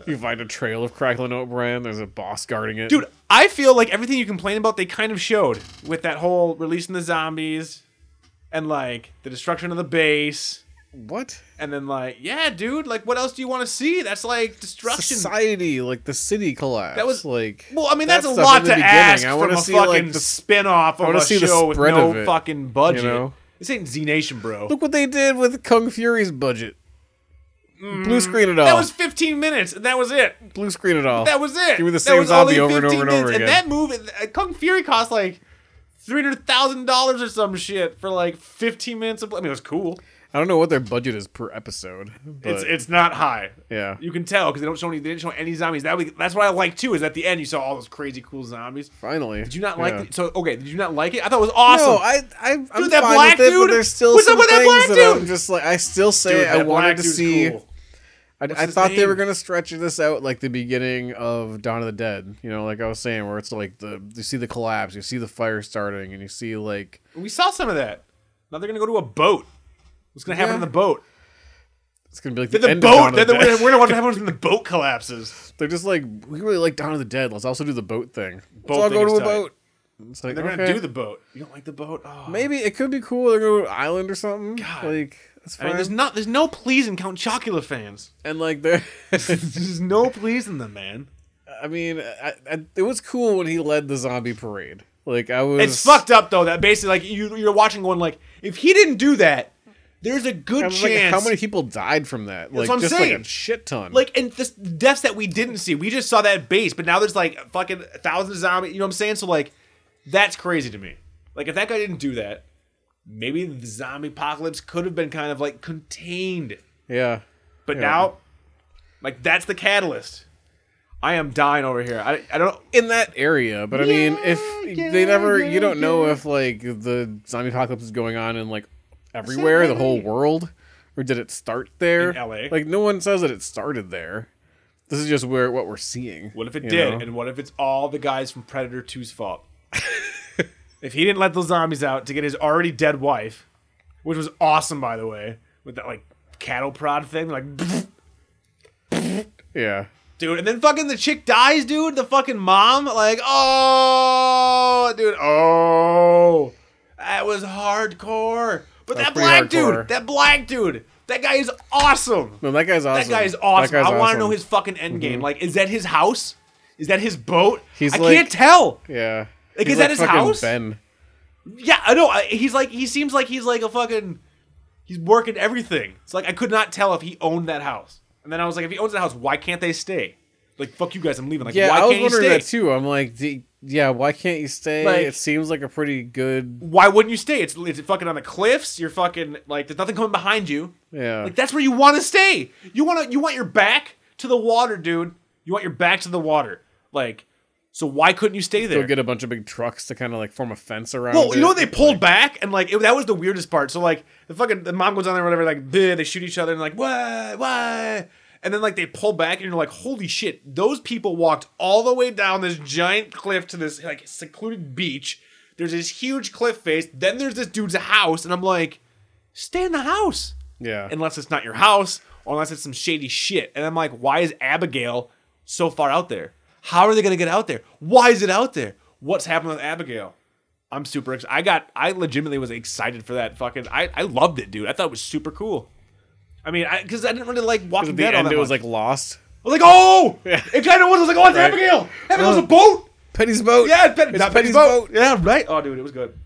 S6: you find a trail of crackling oat bran. There's a boss guarding it,
S5: Dude, I feel like everything you complain about, they kind of showed with that whole releasing the zombies and like the destruction of the base.
S6: What
S5: And then, like, yeah, dude, like, what else do you want to see? That's like destruction.
S6: society like the city collapse?
S5: That was-
S6: like
S5: Well, I mean, that's
S6: that
S5: a
S6: stuff
S5: lot
S6: in
S5: to
S6: the beginning.
S5: ask
S6: I
S5: from
S6: wanna
S5: a
S6: see
S5: fucking
S6: like the
S5: spin-off of
S6: wanna
S5: a
S6: see the
S5: show with
S6: spread
S5: no
S6: of it,
S5: fucking budget.
S6: know?
S5: This ain't Z Nation, bro.
S6: Look what they did with Kung Fury's budget. Blue screen it all.
S5: Mm. that was 15 minutes, and that was it.
S6: Blue screen it all.
S5: That was it.
S6: Give me the
S5: That
S6: same
S5: was only
S6: zombie over and
S5: 15
S6: over and over
S5: minutes,
S6: again.
S5: And that movie, uh, Kung Fury, cost like three hundred thousand dollars or some shit for like 15 minutes of. I mean, it was cool.
S6: I don't know what their budget is per episode. But
S5: it's it's not high.
S6: yeah.
S5: You can tell because they don't show any. They didn't show any zombies. That we, that's what I like too. Is at the end you saw all those crazy cool zombies.
S6: Finally, did
S5: Do you not like it? So okay, did you not like it? I thought it was awesome.
S6: No, I, I, I'm
S5: Dude, that
S6: fine
S5: black
S6: with it,
S5: dude-
S6: but there's still
S5: what's up
S6: some
S5: with that
S6: things
S5: black
S6: that I'm
S5: dude?
S6: just like. I still say
S5: Dude,
S6: I
S5: that black
S6: wanted to
S5: dude's
S6: see.
S5: cool.
S6: I, I
S5: his
S6: thought they
S5: name?
S6: were gonna stretch this out like the beginning of Dawn of the Dead. You know, like I was saying, where it's like the you see the collapse, you see the fire starting, and you see like
S5: We saw some of that. Now they're gonna go to a boat. What's gonna happen
S6: Yeah.
S5: in the boat?
S6: it's gonna be like
S5: The,
S6: the, end
S5: boat. They're
S6: Of Dawn
S5: the,
S6: of the
S5: we're
S6: Dead.
S5: gonna what happens when the boat collapses.
S6: They're just like we really like Dawn of the Dead. Let's also do the boat thing.
S5: Boat
S6: Let's all
S5: thing
S6: go
S5: is
S6: to a
S5: tight.
S6: boat. It's like
S5: They're gonna
S6: okay.
S5: do the boat. You don't like the boat? Oh.
S6: Maybe it could be cool. They're going to an island or something.
S5: God.
S6: Like that's
S5: I
S6: fine.
S5: mean, there's not there's no pleasing Count Chocula
S6: [LAUGHS]
S5: fans.
S6: and like there,
S5: There's no pleasing them, man.
S6: I mean, I, I, it was cool when he led the zombie parade. Like I was,
S5: It's fucked up though. That basically, like you you're watching going like, if he didn't do that, there's a good
S6: I was like,
S5: chance.
S6: how many people died from that? Like
S5: what I'm
S6: just like
S5: saying.
S6: a shit ton.
S5: like and this deaths that we didn't see, we just saw that base, but now there's like fucking a thousand zombies. You know what I'm saying? So like, that's crazy to me. Like if that guy didn't do that, maybe the zombie apocalypse could have been kind of like contained.
S6: yeah,
S5: But
S6: Yeah.
S5: now, like that's the catalyst. I am dying over here. I, I don't.
S6: in that area. But I mean, if they never, you don't know if like the zombie apocalypse is going on in like everywhere, the whole world, or did it start there?
S5: In LA.
S6: Like no one says that it started there. This is just where what we're seeing.
S5: What if it
S6: you
S5: did?
S6: know?
S5: And what if it's all the guys from Predator 2's
S6: [LAUGHS]
S5: fault? if he didn't let those zombies out to get his already dead wife, which was awesome, by the way, with that like cattle prod thing, like, [LAUGHS]
S6: yeah.
S5: dude, and then fucking the chick dies, dude, the fucking mom, like, oh, dude, oh, that was hardcore. But
S6: That's
S5: that
S6: pretty
S5: black
S6: hardcore.
S5: dude, that black dude, that guy is awesome.
S6: No, that guy's awesome.
S5: That guy is awesome.
S6: That guy's
S5: I want to know
S6: awesome. Mm-hmm.
S5: his fucking end game. Like, is that his house? Is that his boat?
S6: He's
S5: I
S6: like-
S5: can't tell.
S6: Yeah.
S5: Like,
S6: He's
S5: is that his
S6: fucking
S5: house?
S6: Ben.
S5: Yeah, I know. I- He's like he seems like he's like a fucking he's working everything. It's like I could not tell if he owned that house. And then I was like, if he owns that house, why can't they stay? Like fuck you guys, I'm leaving. Like
S6: Yeah,
S5: why
S6: I was
S5: can't you
S6: wondering
S5: stay?
S6: that too. I'm like, D- yeah, why can't you stay?
S5: Like-
S6: it seems like a pretty good.
S5: Why wouldn't you stay? It's it's fucking on the cliffs. You're fucking like there's nothing coming behind you.
S6: Yeah.
S5: Like that's where you want to stay. You want to you want your back to the water, dude. You want your back to the water. Like so why couldn't you stay there?
S6: Go get a bunch of big trucks to kind of like form a fence around.
S5: Well, you know
S6: it.
S5: they pulled back and like it, that was the weirdest part. So like the fucking the mom goes on there or whatever, like bleh, they shoot each other and like why why, and then like they pull back and you're like holy shit, those people walked all the way down this giant cliff to this like secluded beach. There's this huge cliff face. Then there's this dude's house, and I'm like, stay in the house
S6: Yeah.
S5: unless it's not your house or unless it's some shady shit. And I'm like, why is Abigail so far out there? How are they gonna get out there? Why is it out there? what's happened with Abigail. I'm super excited. I got I legitimately was excited for that fucking. I I loved it, dude. I thought it was super cool. I mean, because I, didn't really like Walking
S6: At the
S5: Dead. all
S6: end,
S5: that
S6: it was
S5: much.
S6: like lost.
S5: I was like, oh,
S6: [LAUGHS] Yeah.
S5: it kind of was. I was like, oh, it's
S6: Right.
S5: Abigail. Abigail's
S6: Oh.
S5: a boat.
S6: Penny's boat.
S5: Yeah, it's Pen-
S6: It's
S5: not Penny's,
S6: Penny's
S5: boat. Yeah, right. Oh, dude, it was good.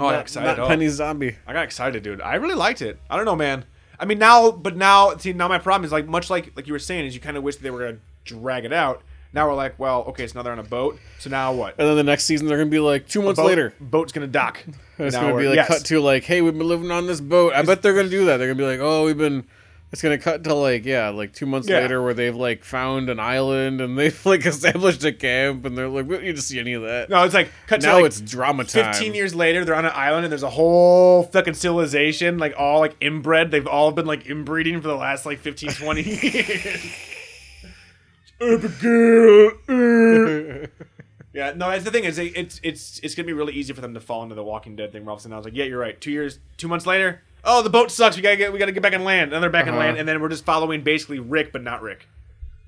S5: Oh, I got excited.
S6: Not
S5: Oh.
S6: Penny's zombie.
S5: I got excited, dude. I really liked it. I don't know, man. I mean, now, but now, see, now my problem is like much like like you were saying is you kind of wish they were gonna drag it out. Now we're like, well, okay, so now they're on a boat. So now what?
S6: And then the next season, they're gonna be like two months
S5: boat,
S6: later.
S5: boat's gonna dock.
S6: [LAUGHS] It's
S5: Now
S6: gonna be
S5: we're-
S6: like
S5: yes.
S6: cut to like, hey, we've been living on this boat. I bet they're gonna do that. They're gonna be like, oh, we've been. It's gonna cut to like yeah, like two months
S5: Yeah.
S6: later where they've like found an island and they've [LAUGHS] like established a camp and they're like, we don't need to see any of that.
S5: No, it's like cut to
S6: now
S5: like
S6: it's drama time.
S5: 15 years later, they're on an island and there's a whole fucking civilization, like all like inbred. They've all been like inbreeding for the last like 15, 20 [LAUGHS]
S6: [LAUGHS]
S5: years. Abigail, eh. yeah, no, that's the thing is it- it's it's it's gonna be really easy for them to fall into the Walking Dead thing. Robinson, I was like, yeah, you're right. Two years, two months later, oh, the boat sucks. We gotta get we gotta get back on land. And they're back on
S6: Uh-huh.
S5: land, and then we're just following basically Rick, but not Rick.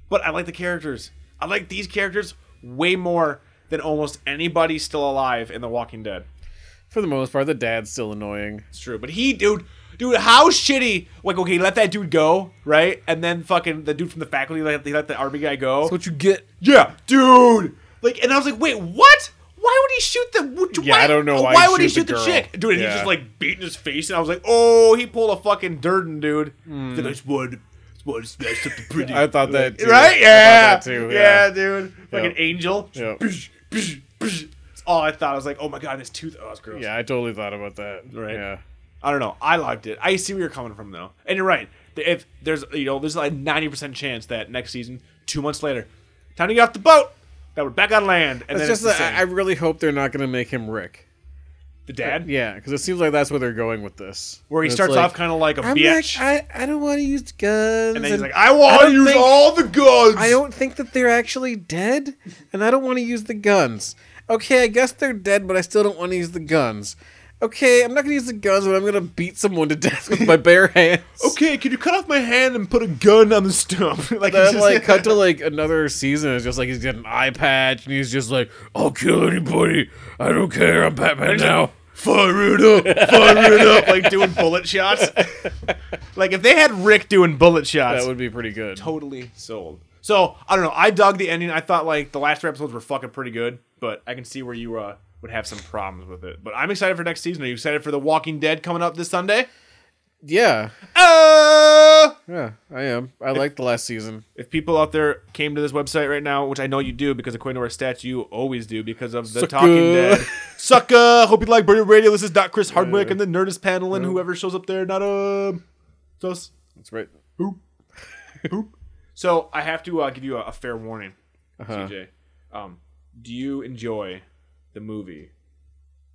S5: But I like the characters. I like these characters way more than almost anybody still alive in The Walking Dead.
S6: [LAUGHS] For the most part, the dad's still annoying.
S5: It's true. But he, dude, dude, how shitty. Like, okay, let that dude go, right? And then fucking the dude from the faculty, like, they let the army guy go.
S6: That's what you get.
S5: yeah, dude. Like, and I was like, wait, what? Why would he shoot the? Would,
S6: Yeah,
S5: why, uh,
S6: I don't know why
S5: Why
S6: he'd
S5: would he shoot
S6: shoot
S5: the,
S6: the girl.
S5: chick? Dude, and he's
S6: Yeah.
S5: just like beating his face, and I was like, oh, he pulled a fucking Durden, dude. Then I just wanted, just wanted to smash
S6: [LAUGHS]
S5: up the pretty.
S6: Hmm. I
S5: [LAUGHS]
S6: thought that too. I
S5: Right?
S6: thought
S5: Yeah.
S6: that too,
S5: yeah. dude. Like an
S6: Yep.
S5: angel.
S6: Yep.
S5: Bish, bish, bish. That's all I thought. I was like, oh my god, this tooth. Oh, it's gross.
S6: Yeah, I totally thought about that.
S5: Right.
S6: Yeah.
S5: I don't know. I liked it. I see where you're coming from though, and you're right. If there's you know there's like ninety percent chance that next season, two months later, time to get off the boat. That we're back on land, and
S6: It's
S5: then
S6: just
S5: it's the,
S6: that I I
S5: same.
S6: really hope they're not going to make him Rick.
S5: the dad,
S6: Yeah, because it seems like that's where they're going with this.
S5: where he starts off kind of like a
S6: I'm
S5: bitch,
S6: like, I, I don't want to use guns.
S5: and then he's like, "Ah." "I want to
S6: don't
S5: use
S6: think-
S5: all the guns."
S6: I don't think that they're actually dead, and I don't want to use the guns. Okay, I guess they're dead, but I still don't want to use the guns. Okay, I'm not going to use the guns, but I'm going to beat someone to death with
S5: [LAUGHS]
S6: my bare hands.
S5: Okay, can you cut off my hand and put a gun on the stump? [LAUGHS]
S6: [LAUGHS]
S5: like, it's
S6: Then
S5: just-
S6: like cut to like another season. It's just like he's got an eye patch, and he's just like, "I'll kill anybody. I don't care. I'm Batman [LAUGHS] now."
S5: fire it
S6: [LAUGHS]
S5: up, fire it up, like doing bullet shots. like if they had Rick doing bullet shots,
S6: That would be pretty good.
S5: totally sold. So I don't know. I dug the ending. I thought like the last three episodes were fucking pretty good, but I can see where you uh, would have some problems with it. But I'm excited for next season. Are you excited for The Walking Dead coming up this Sunday?
S6: Yeah,
S5: Uh,
S6: yeah, I am. I liked the last season.
S5: if people out there came to this website right now, which I know you do because according to our stats, you always do because of the
S6: Sucker.
S5: Talking Dead. [LAUGHS] Sucker. Hope you like Bird Radio. This is Doc Chris Hardwick and the Nerdist panel and whoever shows up there. Not um, it's us.
S6: That's right.
S5: So I have to uh, give you a, a fair warning, CJ. Um, do you enjoy the movie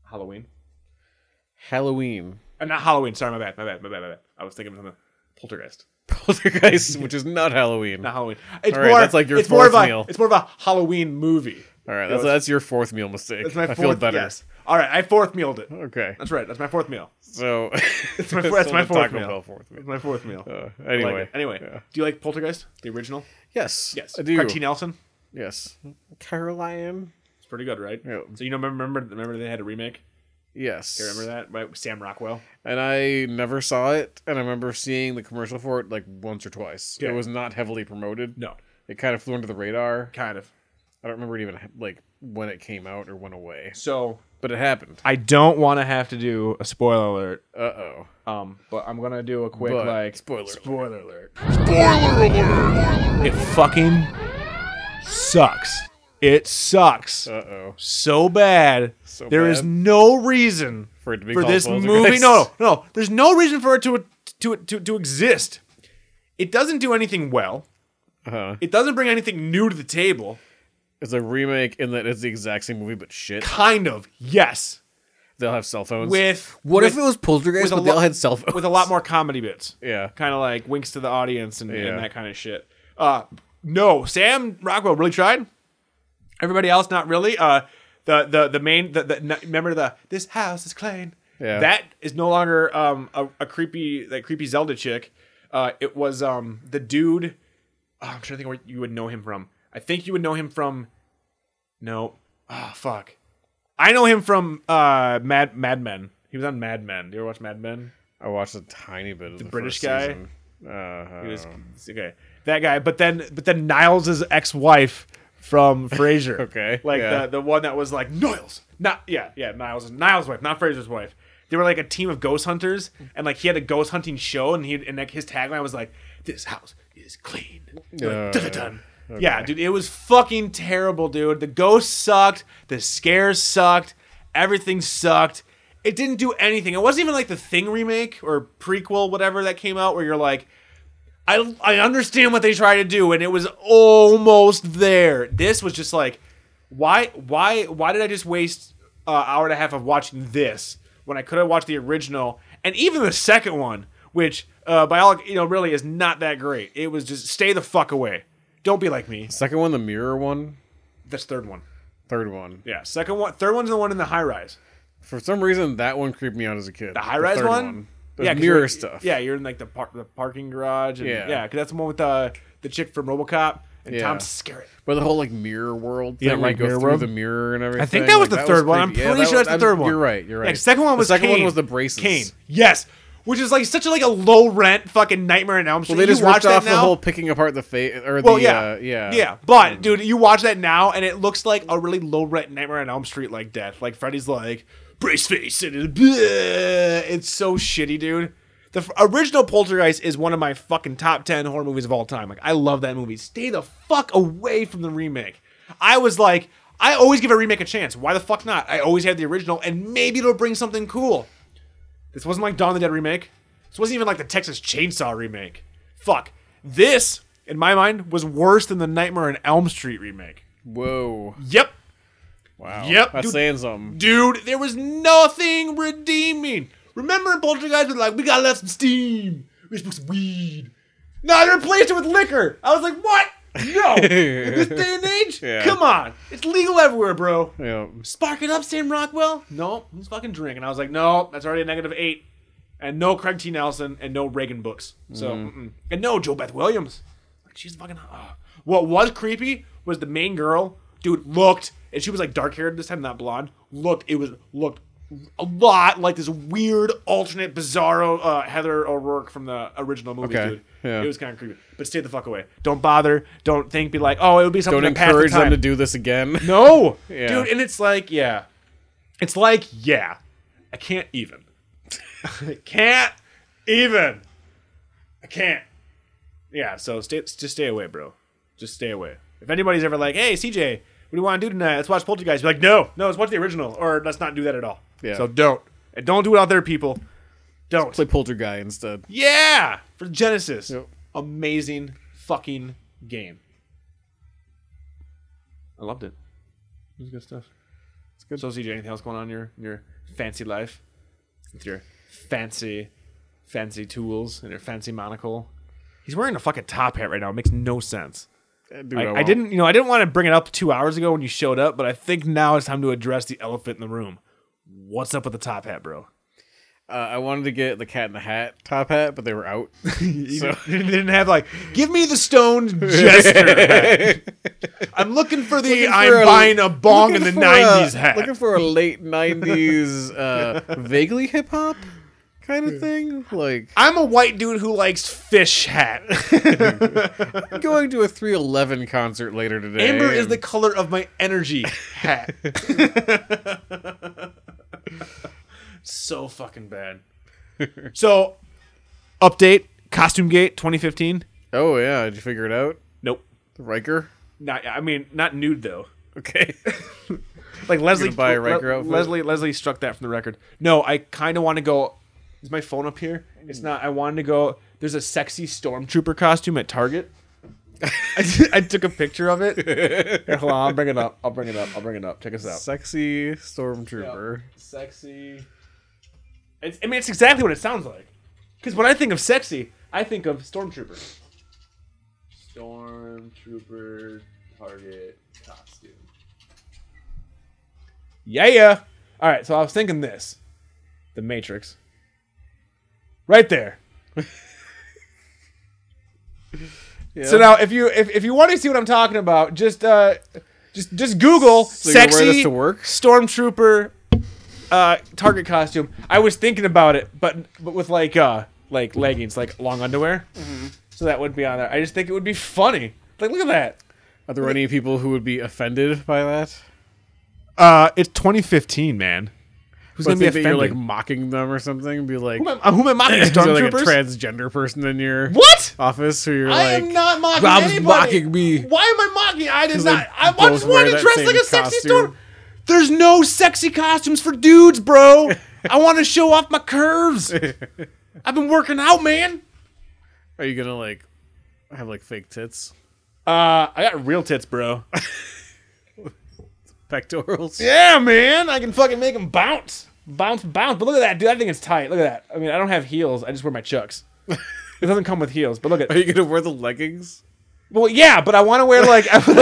S5: Halloween?
S6: Halloween. [LAUGHS]
S5: Uh, not Halloween. Sorry, my bad. My bad. My bad. My bad. I was thinking of something. Poltergeist.
S6: Poltergeist, which is not Halloween.
S5: Not Halloween. It's
S6: All right,
S5: more.
S6: that's like your
S5: it's more of
S6: fourth
S5: a,
S6: meal.
S5: It's more of a Halloween movie.
S6: All right, that's,
S5: It was-
S6: that's your fourth meal mistake.
S5: That's my
S6: I
S5: fourth.
S6: feel better.
S5: Yes. All right, I fourth mealed it.
S6: Okay,
S5: That's right. That's my fourth meal.
S6: so [LAUGHS] it's
S5: my- that's my fourth meal.
S6: fourth meal.
S5: That's my fourth meal.
S6: Uh,
S5: I like
S6: anyway,
S5: it. anyway.
S6: yeah.
S5: Do you like Poltergeist, the original?
S6: yes,
S5: Yes.
S6: I do.
S5: Cartoon Nelson.
S6: Yes, Caroline.
S5: It's pretty good, right?
S6: Yeah.
S5: So you know, remember, remember they had a remake.
S6: Yes,
S5: You remember that? By Sam Rockwell.
S6: and I never saw it, and I remember seeing the commercial for it like once or twice.
S5: Okay.
S6: It was not heavily promoted.
S5: No,
S6: it kind of flew under the radar.
S5: kind of.
S6: I don't remember it even like when it came out or went away,
S5: So
S6: but it happened.
S5: I don't want to have to do a spoiler alert,
S6: Uh oh.
S5: um, but I'm gonna do a quick
S6: But
S5: like
S6: spoiler
S5: spoiler alert. Spoiler alert! It fucking sucks. It sucks
S6: Uh oh.
S5: so bad.
S6: So
S5: There is
S6: bad.
S5: no reason
S6: For it to be
S5: for
S6: called
S5: this movie.
S6: Poltergeist.
S5: No, no, no. There's no reason for it to to to to exist. It doesn't do anything well.
S6: Uh-huh.
S5: It doesn't bring anything new to the table.
S6: [LAUGHS] It's a remake in that it's the exact same movie, but shit.
S5: Kind of, yes.
S6: They'll have cell phones.
S5: With
S6: what
S5: with,
S6: if it was Poltergeist,
S5: with a
S6: but they
S5: lo-
S6: all had cell phones?
S5: with a lot more comedy bits?
S6: Yeah.
S5: kind of like winks to the audience and,
S6: Yeah.
S5: and that kind of shit. Uh, no, Sam Rockwell really tried. Everybody else, not really. Uh, the the the main the, the n- remember the this house is clean.
S6: Yeah.
S5: That is no longer um a, a creepy that creepy Zelda chick. Uh, it was um the dude. oh, I'm trying to think where you would know him from. I think you would know him from. No, Oh, fuck. I know him from uh, Mad Mad Men. He was on Mad Men. Do you ever watch Mad Men?
S6: I watched a tiny bit of the,
S5: British
S6: first
S5: guy?
S6: season. Uh,
S5: He was okay. That guy, but then but then Niles' ex-wife
S6: [LAUGHS]
S5: from Frasier.
S6: Okay,
S5: like
S6: yeah.
S5: the the one that was like Niles, not yeah yeah Niles Niles' wife, not Frasier's wife. They were like a team of ghost hunters, and like he had a ghost hunting show, and he and like his tagline was like, "This house is clean." Like,
S6: Yeah.
S5: dun-dun-dun. Yeah, dude, it was fucking terrible, dude. The ghosts sucked. The scares sucked. Everything sucked. It didn't do anything. It wasn't even like the Thing remake or prequel, whatever that came out, where you're like, I I understand what they tried to do, and it was almost there. This was just like, why why why did I just waste an hour and a half of watching this when I could have watched the original and even the second one, which uh, by all you know really is not that great. It was just stay the fuck away. Don't be like me.
S6: second one, the mirror one,
S5: That's third one.
S6: third one.
S5: Yeah, second one. Third one's the one in the high rise.
S6: For some reason, that one creeped me out as a kid. The
S5: high-rise
S6: third
S5: one?
S6: The
S5: 'cause
S6: mirror
S5: you're-
S6: stuff.
S5: Yeah, you're in like the par- the parking garage. And, yeah,
S6: Yeah.
S5: because that's the one with the the chick from RoboCop and
S6: Yeah.
S5: Tom Skerritt.
S6: But the whole like mirror world thing,
S5: Yeah,
S6: where
S5: like
S6: you go
S5: mirror
S6: through
S5: world.
S6: the mirror and everything.
S5: I think that was the
S6: like,
S5: third one. I'm
S6: creepy.
S5: pretty
S6: Yeah, that
S5: sure that's
S6: was-
S5: the
S6: I'm-
S5: third one.
S6: You're right. You're right.
S5: Yeah, the second one was
S6: the second
S5: Kane.
S6: one was the braces.
S5: Kane. Yes, which is like such a, like a low rent fucking Nightmare on Elm Street.
S6: Well, they
S5: You
S6: just
S5: watch
S6: ripped
S5: that
S6: off the
S5: now?
S6: whole picking apart the face or
S5: Well,
S6: the
S5: yeah,
S6: uh, yeah
S5: yeah. But dude, you watch that now, and it looks like a really low rent Nightmare on Elm Street like death. Like Freddy's like brace face, and it- bleh. it's so shitty, dude. The f- original Poltergeist is one of my fucking top ten horror movies of all time. Like I love that movie. Stay the fuck away from the remake. I was like, I always give a remake a chance. Why the fuck not? I always have the original, and maybe it'll bring something cool. This wasn't like Dawn of the Dead remake. This wasn't even like the Texas Chainsaw remake. Fuck. This, in my mind, was worse than the Nightmare on Elm Street remake.
S6: Whoa.
S5: Yep.
S6: Wow.
S5: Yep,
S6: That's
S5: dude.
S6: saying something.
S5: Dude, there was nothing redeeming. Remember in Poltergeist, we're like, we gotta let some steam. We smoke some weed. No, they replaced it with liquor. I was like, what? No. in this day and age?
S6: Yeah.
S5: Come on. It's legal everywhere, bro.
S6: Yeah.
S5: Spark it up, Sam Rockwell. No, he's fucking drinking. I was like, no, that's already a negative eight. And no Craig T. Nelson and no Reagan books. So,
S6: Mm.
S5: mm-mm. and no Joe Beth Williams. Like, she's fucking. ah. What was creepy was the main girl, dude, looked, and she was like dark haired this time, not blonde. Looked, it was, looked a lot like this weird, alternate, bizarro uh, Heather O'Rourke from the original movie,
S6: Okay,
S5: dude.
S6: yeah.
S5: It was kind of creepy. But stay the fuck away. Don't bother. Don't think, be like, oh, it would be something
S6: Don't
S5: to pass the
S6: encourage
S5: time.
S6: them to do this again. [LAUGHS]
S5: No,
S6: Yeah.
S5: dude, and it's like, yeah, it's like, yeah, I can't even,
S6: [LAUGHS]
S5: I can't even, I can't. Yeah, so stay, just stay away, bro. Just stay away. If anybody's ever like, hey, CJ, what do you want to do tonight? Let's watch Poltergeist. Be like, no, no, let's watch the original, or let's not do that at all.
S6: Yeah.
S5: So don't, and don't do it out there, people. Don't.
S6: Play Poltergeist instead.
S5: Yeah, for Genesis.
S6: Yep.
S5: Amazing fucking game. I loved it. It was good stuff. It's good. So, CJ, anything else going on in your in your fancy life with your fancy, fancy tools and your fancy monocle? He's wearing a fucking top hat right now. It makes no sense.
S6: Eh, Dude,
S5: I, I
S6: won't.
S5: didn't, you know, I didn't want to bring it up two hours ago when you showed up, but I think now it's time to address the elephant in the room. What's up with the top hat, bro?
S6: Uh, I wanted to get the Cat in the Hat top hat, but they
S5: [LAUGHS]
S6: were out.
S5: So they didn't have like, give me the
S6: [LAUGHS]
S5: stone jester. I'm looking for the I'm
S6: for a-
S5: buying a bong in
S6: looking
S5: the
S6: for a-
S5: '90s hat.
S6: Looking for a late '90s,
S5: [LAUGHS]
S6: uh, vaguely hip hop kind of thing. Like
S5: I'm a white dude who likes fish
S6: [LAUGHS]
S5: hat.
S6: I'm going to a 311 concert later today.
S5: Amber is
S6: and-
S5: the color of my energy
S6: [LAUGHS]
S5: hat. so fucking bad. So, update costume gate 2015.
S6: Oh yeah, did you figure it out?
S5: Nope.
S6: The Riker. [LAUGHS]
S5: Not. I mean, not nude though. [LAUGHS]
S6: Okay.
S5: Like Leslie,
S6: gonna buy a
S5: Le-
S6: Riker outfit?
S5: Leslie, Leslie struck that from the record. No, I kind of want to go. Is my phone up here? It's not. I wanted to go. There's a sexy stormtrooper costume at Target. [LAUGHS] I, t- I took a picture of it.
S6: [LAUGHS]
S5: Here, hold on, I'll bring it up. I'll bring it up. I'll bring it up. Check us out.
S6: Sexy stormtrooper.
S5: sexy. It's, I mean, it's exactly what it sounds like. Because when I think of sexy, I think of stormtrooper. Stormtrooper target costume. Yeah, yeah. All right, so I was thinking this, the Matrix. Right [LAUGHS] there. So now, if you if, if you want to see what I'm talking about, just uh, Just just Google
S6: So you're gonna wear
S5: sexy
S6: this to work?
S5: stormtrooper uh, target costume. I was thinking about it, but but with like uh like leggings, like long underwear.
S6: Mm-hmm.
S5: So that would be on there. I just think it would be funny. Like look at that.
S6: Are there any people who would be offended by that?
S5: Uh, it's 2015, man. Who's
S6: But
S5: gonna be
S6: think that you're
S5: offended?
S6: like mocking them or something? Be like,
S5: who, am, I- who am I
S6: [LAUGHS]
S5: mocking?
S6: is there like a
S5: Stormtroopers?
S6: transgender person in your
S5: what?
S6: office who you're
S5: I
S6: like?
S5: am not mocking
S6: Rob's
S5: anybody.
S6: mocking me.
S5: Why am I mocking? I did
S6: 'Cause they
S5: not. I, I
S6: both
S5: just
S6: wear
S5: wanted to
S6: that
S5: dress
S6: same
S5: like a sexy
S6: costume.
S5: storm. There's no sexy costumes for dudes, bro. I want to show off my curves. I've been working out, man.
S6: Are you gonna like have like fake tits, [LAUGHS]
S5: Uh, I got real tits, bro.
S6: pectorals?
S5: yeah, man. I can fucking make them bounce, bounce, bounce. But look at that, dude. I think it's tight. Look at that. I mean, I don't have heels. I just wear my [LAUGHS] chucks. It doesn't come with heels, but look at.
S6: Are you gonna wear the leggings?
S5: Well, yeah, but I want to wear [LAUGHS] like. I wanna-
S6: [LAUGHS]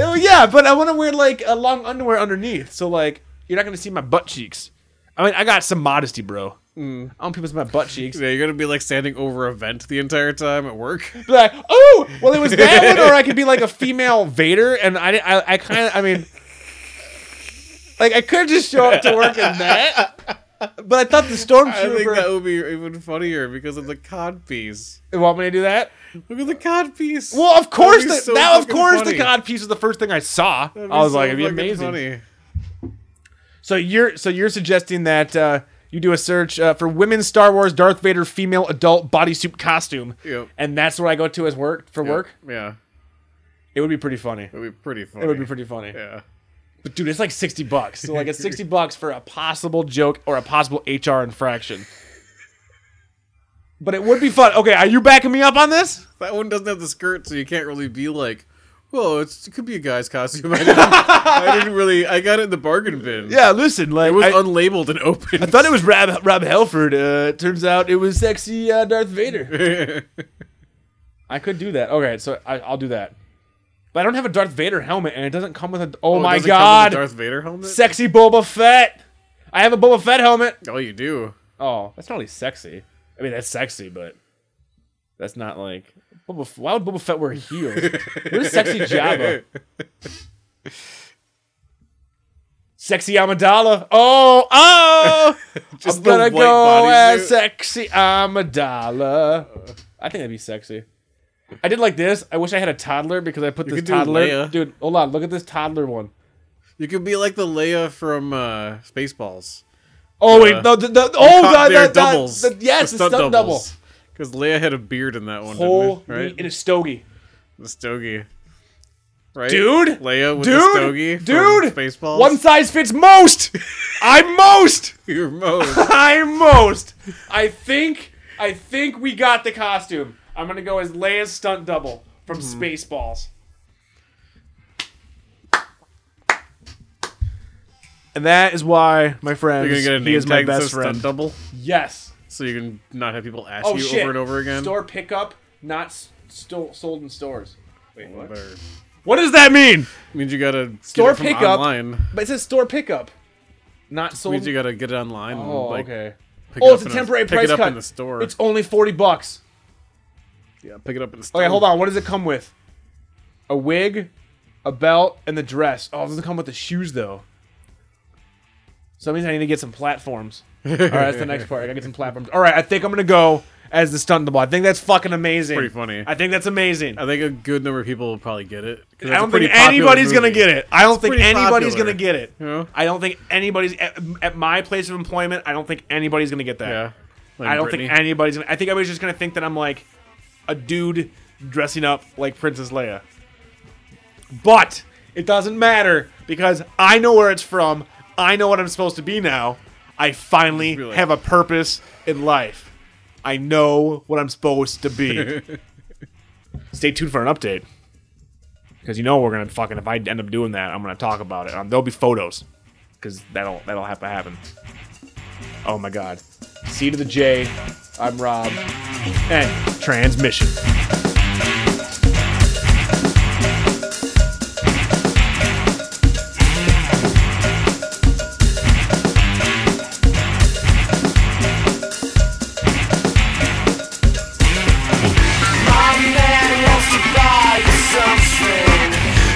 S5: Oh, yeah, but I want to wear like a long underwear underneath, so like you're not gonna see my butt cheeks. I mean, I got some modesty, bro. I want people to see my butt cheeks.
S6: [LAUGHS] Yeah, you're gonna be like standing over a vent the entire time
S5: [LAUGHS]
S6: at work.
S5: Be like, oh, well, it was that one, or I could be like a female Vader, and I, I, I kind of, I mean, like I could just show up to work in that. But I thought the
S6: I think that
S5: stormtrooper.
S6: would be even funnier because of the cod piece.
S5: You want me to do that?
S6: Look at the cod piece.
S5: Well, of course,
S6: be
S5: the,
S6: so
S5: now of
S6: fucking
S5: course
S6: funny.
S5: the cod piece was the first thing I saw.
S6: That'd be
S5: I was
S6: so
S5: like, it'd be
S6: fucking
S5: amazing.
S6: funny.
S5: So you're so you're suggesting that uh, you do a search uh, for women's Star Wars Darth Vader female adult bodysuit costume,
S6: Yep.
S5: and that's what I go to as work for work.
S6: Yeah,
S5: It would be pretty funny.
S6: it'd be pretty funny.
S5: It would be pretty funny.
S6: Yeah.
S5: But dude, it's like sixty bucks. So like it's [LAUGHS] sixty bucks for a possible joke or a possible HR infraction. But it would be fun. Okay, are you backing me up on this?
S6: That one doesn't have the skirt, so you can't really be like, "Well, it's, it could be a guy's costume." [LAUGHS] I didn't, I didn't really. I got it in the bargain bin.
S5: Yeah, listen, like
S6: it was
S5: I,
S6: unlabeled and open.
S5: I thought it was Rob Rob Helford. Uh, turns out it was sexy uh, Darth Vader. I could do that. Okay, so I, I'll do that. But I don't have a Darth Vader helmet, and it doesn't come with a. Oh,
S6: [LAUGHS] Oh, it
S5: my
S6: doesn't come with
S5: god,
S6: a Darth Vader helmet.
S5: sexy Boba Fett. I have a Boba Fett helmet.
S6: oh, you do.
S5: Oh, that's not really sexy. I mean, that's sexy, but that's not like. Boba, F- why would Boba Fett wear heels? what is sexy Jabba? [LAUGHS] Sexy Amidala. Oh, [LAUGHS] oh!
S6: Just
S5: I'm
S6: the
S5: gonna
S6: white
S5: go
S6: bodysuit.
S5: as sexy Amidala. I think that'd be sexy. I did like this. I wish I had a toddler because I put this
S6: could do
S5: toddler.
S6: Leia.
S5: Dude, hold on. Look at this toddler one.
S6: You could be like the Leia from uh, Spaceballs.
S5: Oh wait,
S6: Uh,
S5: no, the, the, oh
S6: Caught
S5: the,
S6: their
S5: the, the, the- yes, the stunt, double.
S6: Because Leia had a beard in that one,
S5: Holy,
S6: didn't it? right?
S5: in a stogie.
S6: the stogie, right?
S5: Dude!
S6: Leia with the
S5: Dude,
S6: stogie, from
S5: dude,
S6: Spaceballs. [LAUGHS]
S5: One size fits [LAUGHS] most. I'm most.
S6: your most.
S5: [LAUGHS] I'm most. I think. I think we got the costume. I'm gonna go as Leia's stunt double from Spaceballs. And that is why, my friends,
S6: You're gonna get a
S5: he
S6: name
S5: is my
S6: tag that
S5: best
S6: says stunt
S5: friend.
S6: double,
S5: Yes.
S6: so you can not have people ask
S5: Oh
S6: you
S5: shit.
S6: over and over again.
S5: Store pickup, not s- sto- sold in stores. Wait, what?
S6: Better.
S5: What does that mean?
S6: Means you gotta get
S5: Store
S6: it from
S5: pickup.
S6: online.
S5: But it says store pickup, not sold.
S6: Means you gotta get it online. and,
S5: oh,
S6: like,
S5: okay.
S6: Pick it
S5: Oh,
S6: up
S5: it's a
S6: in
S5: temporary
S6: pick
S5: price
S6: it up
S5: cut.
S6: in the store.
S5: It's only forty bucks.
S6: yeah, pick it up in the store.
S5: Okay, hold
S6: [LAUGHS]
S5: on. What does it come with? A wig, a belt, and the dress. Oh, it doesn't come with the shoes though. So that means I need to get some platforms. All right, that's the next part. I gotta get some platforms. All right, I think I'm gonna go as the stunt double. I think that's fucking amazing.
S6: Pretty funny.
S5: I think that's amazing.
S6: I think a good number of people will probably get it. 'cause it's
S5: I
S6: a
S5: don't
S6: pretty
S5: think
S6: popular
S5: anybody's
S6: movie.
S5: gonna get it. I don't think
S6: pretty
S5: anybody's
S6: popular.
S5: gonna get it.
S6: You know?
S5: I don't think anybody's at, at my place of employment. I don't think anybody's gonna get that.
S6: Yeah. Like
S5: I don't
S6: Britney.
S5: think anybody's gonna. I think everybody's just gonna think that I'm like a dude dressing up like Princess Leia. But it doesn't matter because I know where it's from. I know what I'm supposed to be now. I finally
S6: Be like-
S5: have a purpose in life. I know what I'm supposed to be. Stay tuned for an update. Because you know we're gonna fucking if I end up doing that, I'm gonna talk about it. Um, there'll be photos, because that'll that'll have to happen. Oh my god. C to the J. I'm Rob. And transmission.
S7: My man wants to buy you something.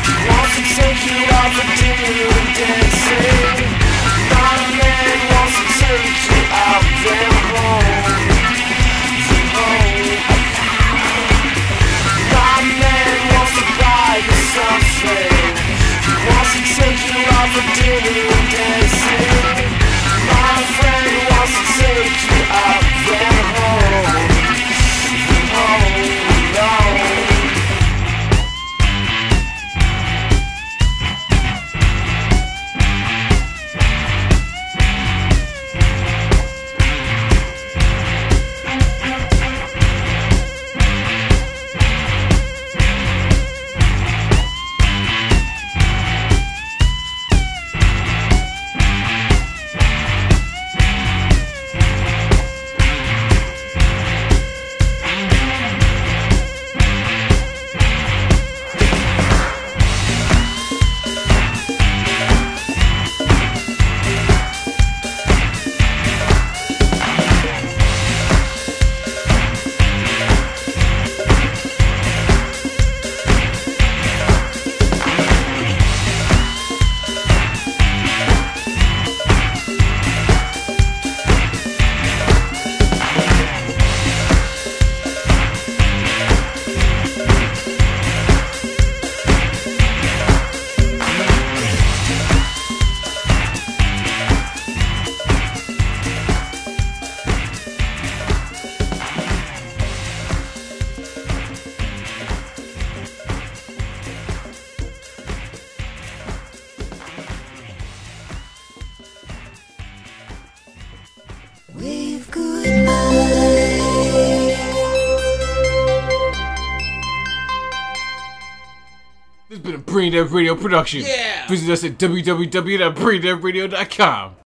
S7: He wants to take Wave goodbye.
S6: This has been a Brain Dead Radio production. Yeah. Visit us at www.braindeadradio.com.